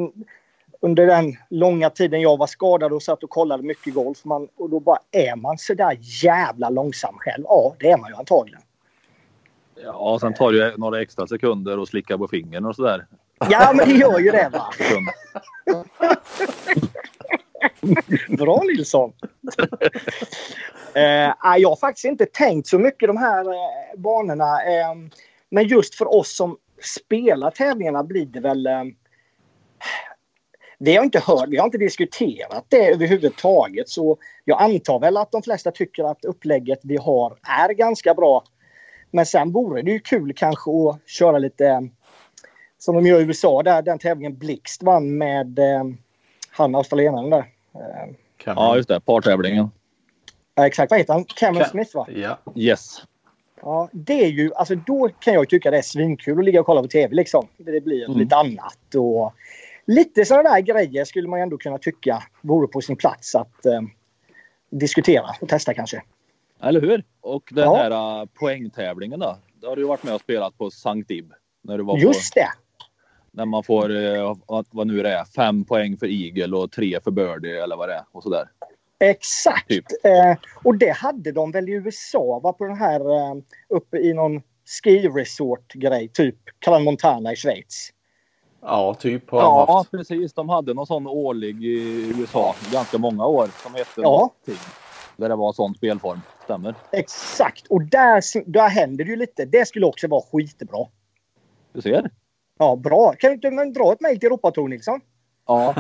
Speaker 6: under den långa tiden jag var skadad och satt och kollade mycket golf, man, och då bara är man sådär jävla långsam själv. Ja, det är man
Speaker 1: <laughs>
Speaker 6: ju antagligen.
Speaker 1: då? Ja, sen tar det ju några extra sekunder och slicka på fingern och sådär.
Speaker 6: Ja, men det gör ju det va. <laughs> Bra Nilsson! eh, nej, jag har faktiskt inte tänkt så mycket de här eh, banorna. Eh, men just för oss som spelar tävlingarna blir det väl... Eh, vi har inte hört, vi har inte diskuterat det överhuvudtaget. Så jag antar väl att de flesta tycker att upplägget vi har är ganska bra. Men sen vore det ju kul kanske att köra lite eh, som de gör i USA där den tävlingen Blixt vann med eh, han australienaren där. Eh,
Speaker 1: Ja, just det. Partävlingen.
Speaker 6: Ja, exakt. Vad heter han? Cameron
Speaker 2: Cam-
Speaker 6: Smith, va?
Speaker 2: Ja.
Speaker 1: Yes.
Speaker 6: Ja, det är ju... Alltså, då kan jag ju tycka det är svinkul att ligga och kolla på tv. Liksom. Det blir lite annat. Och lite sådana där grejer skulle man ju ändå kunna tycka vore på sin plats att eh, diskutera och testa kanske.
Speaker 1: Eller hur? Och den
Speaker 6: Ja.
Speaker 1: här äh, poängtävlingen då? Det har du ju varit med och spelat på Sankt Ib. När, du var på,
Speaker 6: Just det!
Speaker 1: när man får, eh, vad- vad nu det är, fem poäng för igel och tre för birdie eller vad det är och sådär.
Speaker 6: Exakt!
Speaker 1: Typ.
Speaker 6: Eh, och det hade de väl i USA, va? På den här eh, uppe i någon ski resort grej, typ Calan Montana i Schweiz.
Speaker 2: ja, typ har
Speaker 1: Ja,
Speaker 2: han haft.
Speaker 1: precis. De hade någon sån årlig i USA ganska många år som hette
Speaker 6: Ja.
Speaker 1: någonting. Där det var sån spelform. Stämmer.
Speaker 6: Exakt! Och där, där händer det ju lite. Det skulle också vara skitbra.
Speaker 1: Du ser?
Speaker 6: Ja, bra. Kan du inte men, dra ett mejl till Europatour, Nilsson?
Speaker 1: Ja.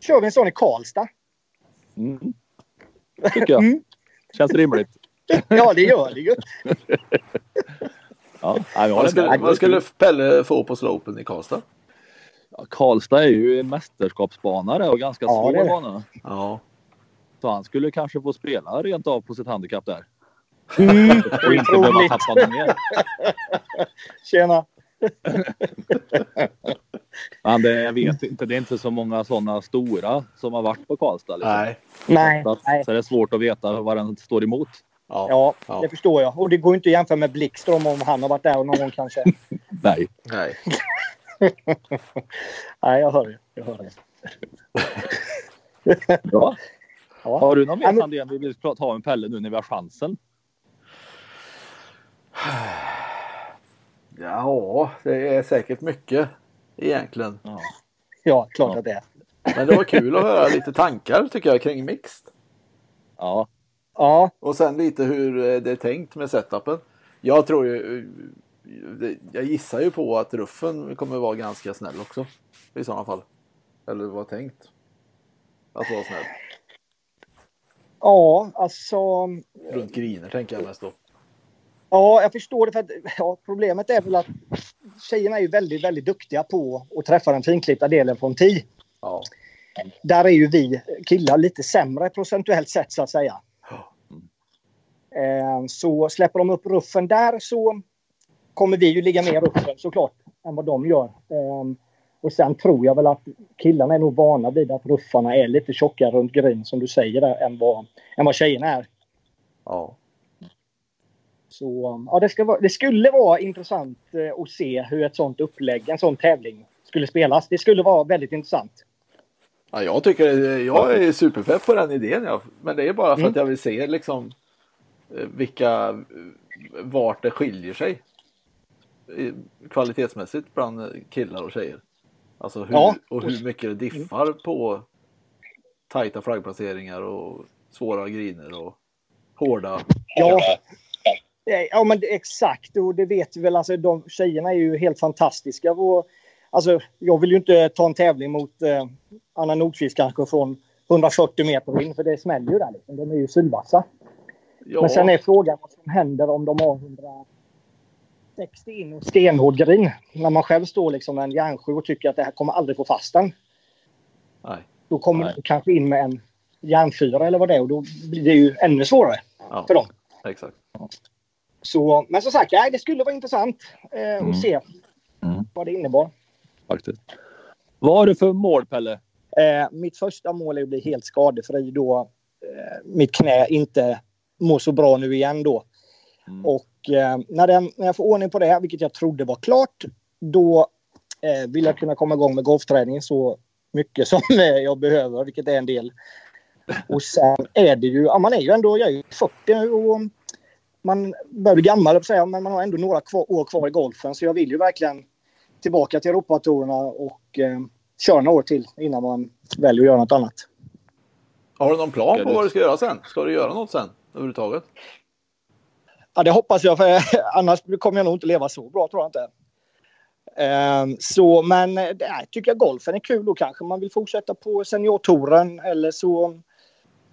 Speaker 6: kör vi en sån i Karlstad.
Speaker 1: Mm. Tycker jag.
Speaker 6: Mm.
Speaker 1: Känns rimligt.
Speaker 6: Ja, det gör det ju.
Speaker 1: Ja. Nej, jag
Speaker 2: Vad
Speaker 1: håller
Speaker 2: skulle,
Speaker 1: med.
Speaker 2: vad skulle Pelle få på slopen i Karlstad?
Speaker 1: Ja, Karlstad är ju en mästerskapsbanare och ganska
Speaker 6: Ja, det
Speaker 1: svår
Speaker 6: är det.
Speaker 1: bana.
Speaker 2: Ja.
Speaker 1: Så han skulle kanske få spela rent av på sitt handikapp där.
Speaker 6: Mm.
Speaker 1: Och inte behöva tappa den ner.
Speaker 6: Tjena.
Speaker 1: Men det, jag vet inte. Det är inte så många sådana stora som har varit på Karlstad. Liksom.
Speaker 2: Nej.
Speaker 6: Nej.
Speaker 1: Så, att,
Speaker 6: Nej.
Speaker 1: så det är svårt att veta vad den står emot.
Speaker 2: Ja.
Speaker 6: Ja,
Speaker 2: Ja.
Speaker 6: det förstår jag. Och det går ju inte att jämföra med Blickström om han har varit där någon gång kanske.
Speaker 1: Nej.
Speaker 2: Nej.
Speaker 6: Nej, jag hör ju. Jag hör ju.
Speaker 1: Ja.
Speaker 6: Ja.
Speaker 1: Har du någon
Speaker 6: Ja,
Speaker 1: mer
Speaker 6: men-
Speaker 1: Sandén vi vill pra- ta med Pelle nu när vi har chansen?
Speaker 2: Ja, det är säkert mycket egentligen.
Speaker 1: Ja.
Speaker 6: Ja, klart
Speaker 1: Ja.
Speaker 6: att det är.
Speaker 2: Men det var kul att höra lite tankar tycker jag kring mixed.
Speaker 1: ja.
Speaker 6: Ja,
Speaker 2: Och sen lite hur eh, det är tänkt med setupen. Jag tror ju... eh, det- Jag gissar ju på att ruffen kommer vara ganska snäll också. I sådana fall. Eller var tänkt. Att vara snäll.
Speaker 6: ja alltså.
Speaker 2: Runt griner tänker jag mest då.
Speaker 6: Ja, jag förstår det. För att, ja, problemet är väl att tjejerna är ju väldigt, väldigt duktiga på att träffa den finklippta delen från tee.
Speaker 2: Ja.
Speaker 6: där är ju vi killar lite sämre procentuellt sett så att säga. Eh, Så släpper de upp ruffen där så kommer vi ju ligga mer ruffen såklart än vad de gör. Eh, Och sen tror jag väl att killarna är nog vana vid att ruffarna är lite tjockare runt green som du säger där än vad, än vad tjejerna är.
Speaker 2: Ja.
Speaker 6: Så eh, ja, det, ska vara, det skulle vara intressant eh, att se hur ett sånt upplägg, en sån tävling skulle spelas. Det skulle vara väldigt intressant.
Speaker 2: ja jag tycker... eh, Jag är superpepp på den idén. Jag. Men det är bara för
Speaker 6: Mm.
Speaker 2: att jag vill se liksom eh, vilka... eh, Vart det skiljer sig. eh, Kvalitetsmässigt bland eh, killar och tjejer. Alltså hur,
Speaker 6: Ja. Mm.
Speaker 2: och hur mycket det diffar på tajta flaggplaceringar och svåra griner och hårda.
Speaker 6: Ja. Eh, Ja men det- exakt och det vet vi väl alltså de tjejerna är ju helt fantastiska och Alltså, jag vill ju inte ta en tävling mot eh, Anna Nordqvist kanske från 140 meter in, för det smäller ju där. Liksom. De är ju sylvassa.
Speaker 2: Ja,
Speaker 6: Men sen är frågan vad som händer om de har 160 in och stenhård green. När man själv står liksom med en järnsju och tycker att det här kommer aldrig få fast den.
Speaker 2: nej.
Speaker 6: Då kommer
Speaker 2: Nej.
Speaker 6: de kanske in med en järnfyra eller vad det är och då blir det ju ännu svårare
Speaker 2: Ja,
Speaker 6: för dem.
Speaker 2: exakt.
Speaker 6: Så, men som sagt, nej, det skulle vara intressant eh, att se
Speaker 1: Mm.
Speaker 6: vad det innebar.
Speaker 1: faktiskt. Vad har du för mål Pelle?
Speaker 6: Eh, mitt första mål är att bli helt skadefri då eh, mitt knä inte mår så bra nu igen då.
Speaker 1: Mm.
Speaker 6: Och eh, när, den, när jag får ordning på det, vilket jag trodde var klart, då eh, vill jag kunna komma igång med golfträningen så mycket <laughs> som eh, jag behöver, vilket är en del. Och sen är det ju, ja, man är ju ändå, jag är ju 40 nu och man börjar bli gammal, höll jag på att säga, men man har ändå några kvar, år kvar i golfen så jag vill ju verkligen tillbaka till Europatourerna och eh, köra några år till innan man väljer att göra något annat.
Speaker 2: Har du någon plan
Speaker 1: Ska
Speaker 2: på
Speaker 1: du-
Speaker 2: vad du ska göra sen? Ska du göra något sen överhuvudtaget?
Speaker 6: Ja, det hoppas jag, <laughs> för annars kommer jag nog inte leva så bra, tror jag inte. Ehm, så, men eh, det här, tycker jag golfen är kul då kanske man vill fortsätta på seniortouren eller så...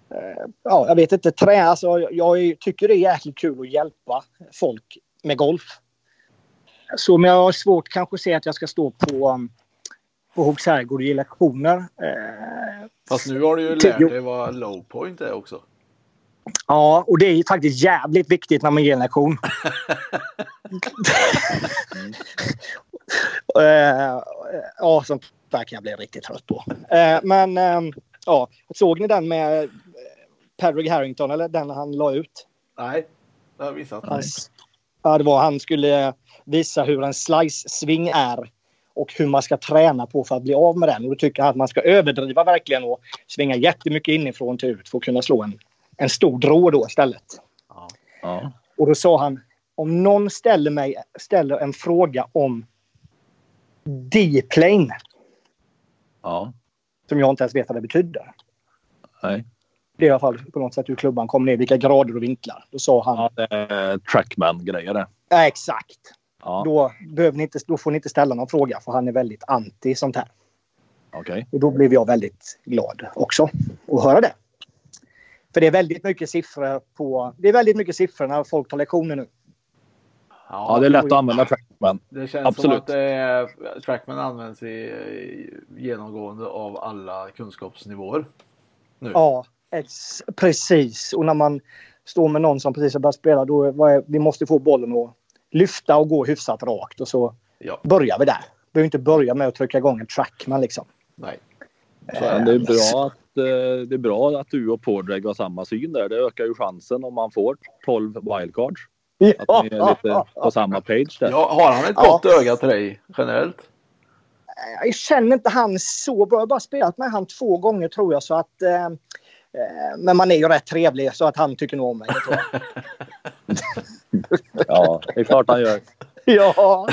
Speaker 6: eh, ja, jag vet inte. Trä, alltså, jag, jag tycker det är jäkligt kul att hjälpa folk med golf. Så men jag har svårt kanske att se att jag ska stå på, um, på Hooks herrgård och ge lektioner. Eh,
Speaker 2: Fast nu har du ju
Speaker 6: Tio.
Speaker 2: lärt dig vad low point är också.
Speaker 6: Ja, och det är ju faktiskt jävligt viktigt när man ger en lektion. Eh, ja, sånt där kan jag bli riktigt trött på. Eh, men ehm, ja, såg ni den med eh, Padraig Harrington, eller den han la ut?
Speaker 2: Nej, det har jag missat.
Speaker 6: Han, ja, det var han skulle eh, visa hur en slice-sving är och hur man ska träna på för att bli av med den. Och då tycker han att man ska överdriva verkligen och svänga jättemycket inifrån till ut för att kunna slå en, en stor drå då istället.
Speaker 1: Ja.
Speaker 6: Och då sa han, om någon ställer, mig, ställer en fråga om D-plane,
Speaker 1: Ja.
Speaker 6: som jag inte ens vet vad det betyder.
Speaker 1: Nej.
Speaker 6: Det är i alla fall på något sätt hur klubban kommer ner, vilka grader och vinklar. Då sa han,
Speaker 1: ja det är trackman-grejer det.
Speaker 6: "Ja, exakt.
Speaker 1: Ja.
Speaker 6: Då, behöver ni inte, då får ni inte ställa någon fråga, för han är väldigt anti sånt här.
Speaker 1: Okej.
Speaker 6: Och då blev jag väldigt glad också att höra det. För det är väldigt mycket siffror på... Det är väldigt mycket siffror när folk tar lektioner nu.
Speaker 1: Ja, det är lätt att använda trackman.
Speaker 2: Det känns som
Speaker 1: Absolut.
Speaker 2: att eh, Trackman används i, i, genomgående av alla kunskapsnivåer.
Speaker 6: Ja, ex- precis. Och när man står med någon som precis har börjat spela, då är, vad är, vi måste få bollen att lyfta och gå hyfsat rakt. Och så
Speaker 2: Ja,
Speaker 6: börjar vi där. Behöver inte börja med att trycka igång en trackman liksom.
Speaker 2: nej.
Speaker 1: Men det är bra att, eh, det är bra att du och Pordrag har samma syn där. Det ökar ju chansen om man får 12 wildcards. Att ni är lite på samma page där.
Speaker 2: Ja, har han ett
Speaker 6: Ja.
Speaker 2: gott öga till dig generellt?
Speaker 6: Jag känner inte han så bra. Jag har bara spelat med han två gånger tror jag. Så att, eh, eh, men man är ju rätt trevlig så att han tycker nog om mig. jag tror
Speaker 1: <laughs>
Speaker 6: jag.
Speaker 1: Ja, det är klart han gör.
Speaker 6: ja.
Speaker 2: Ja,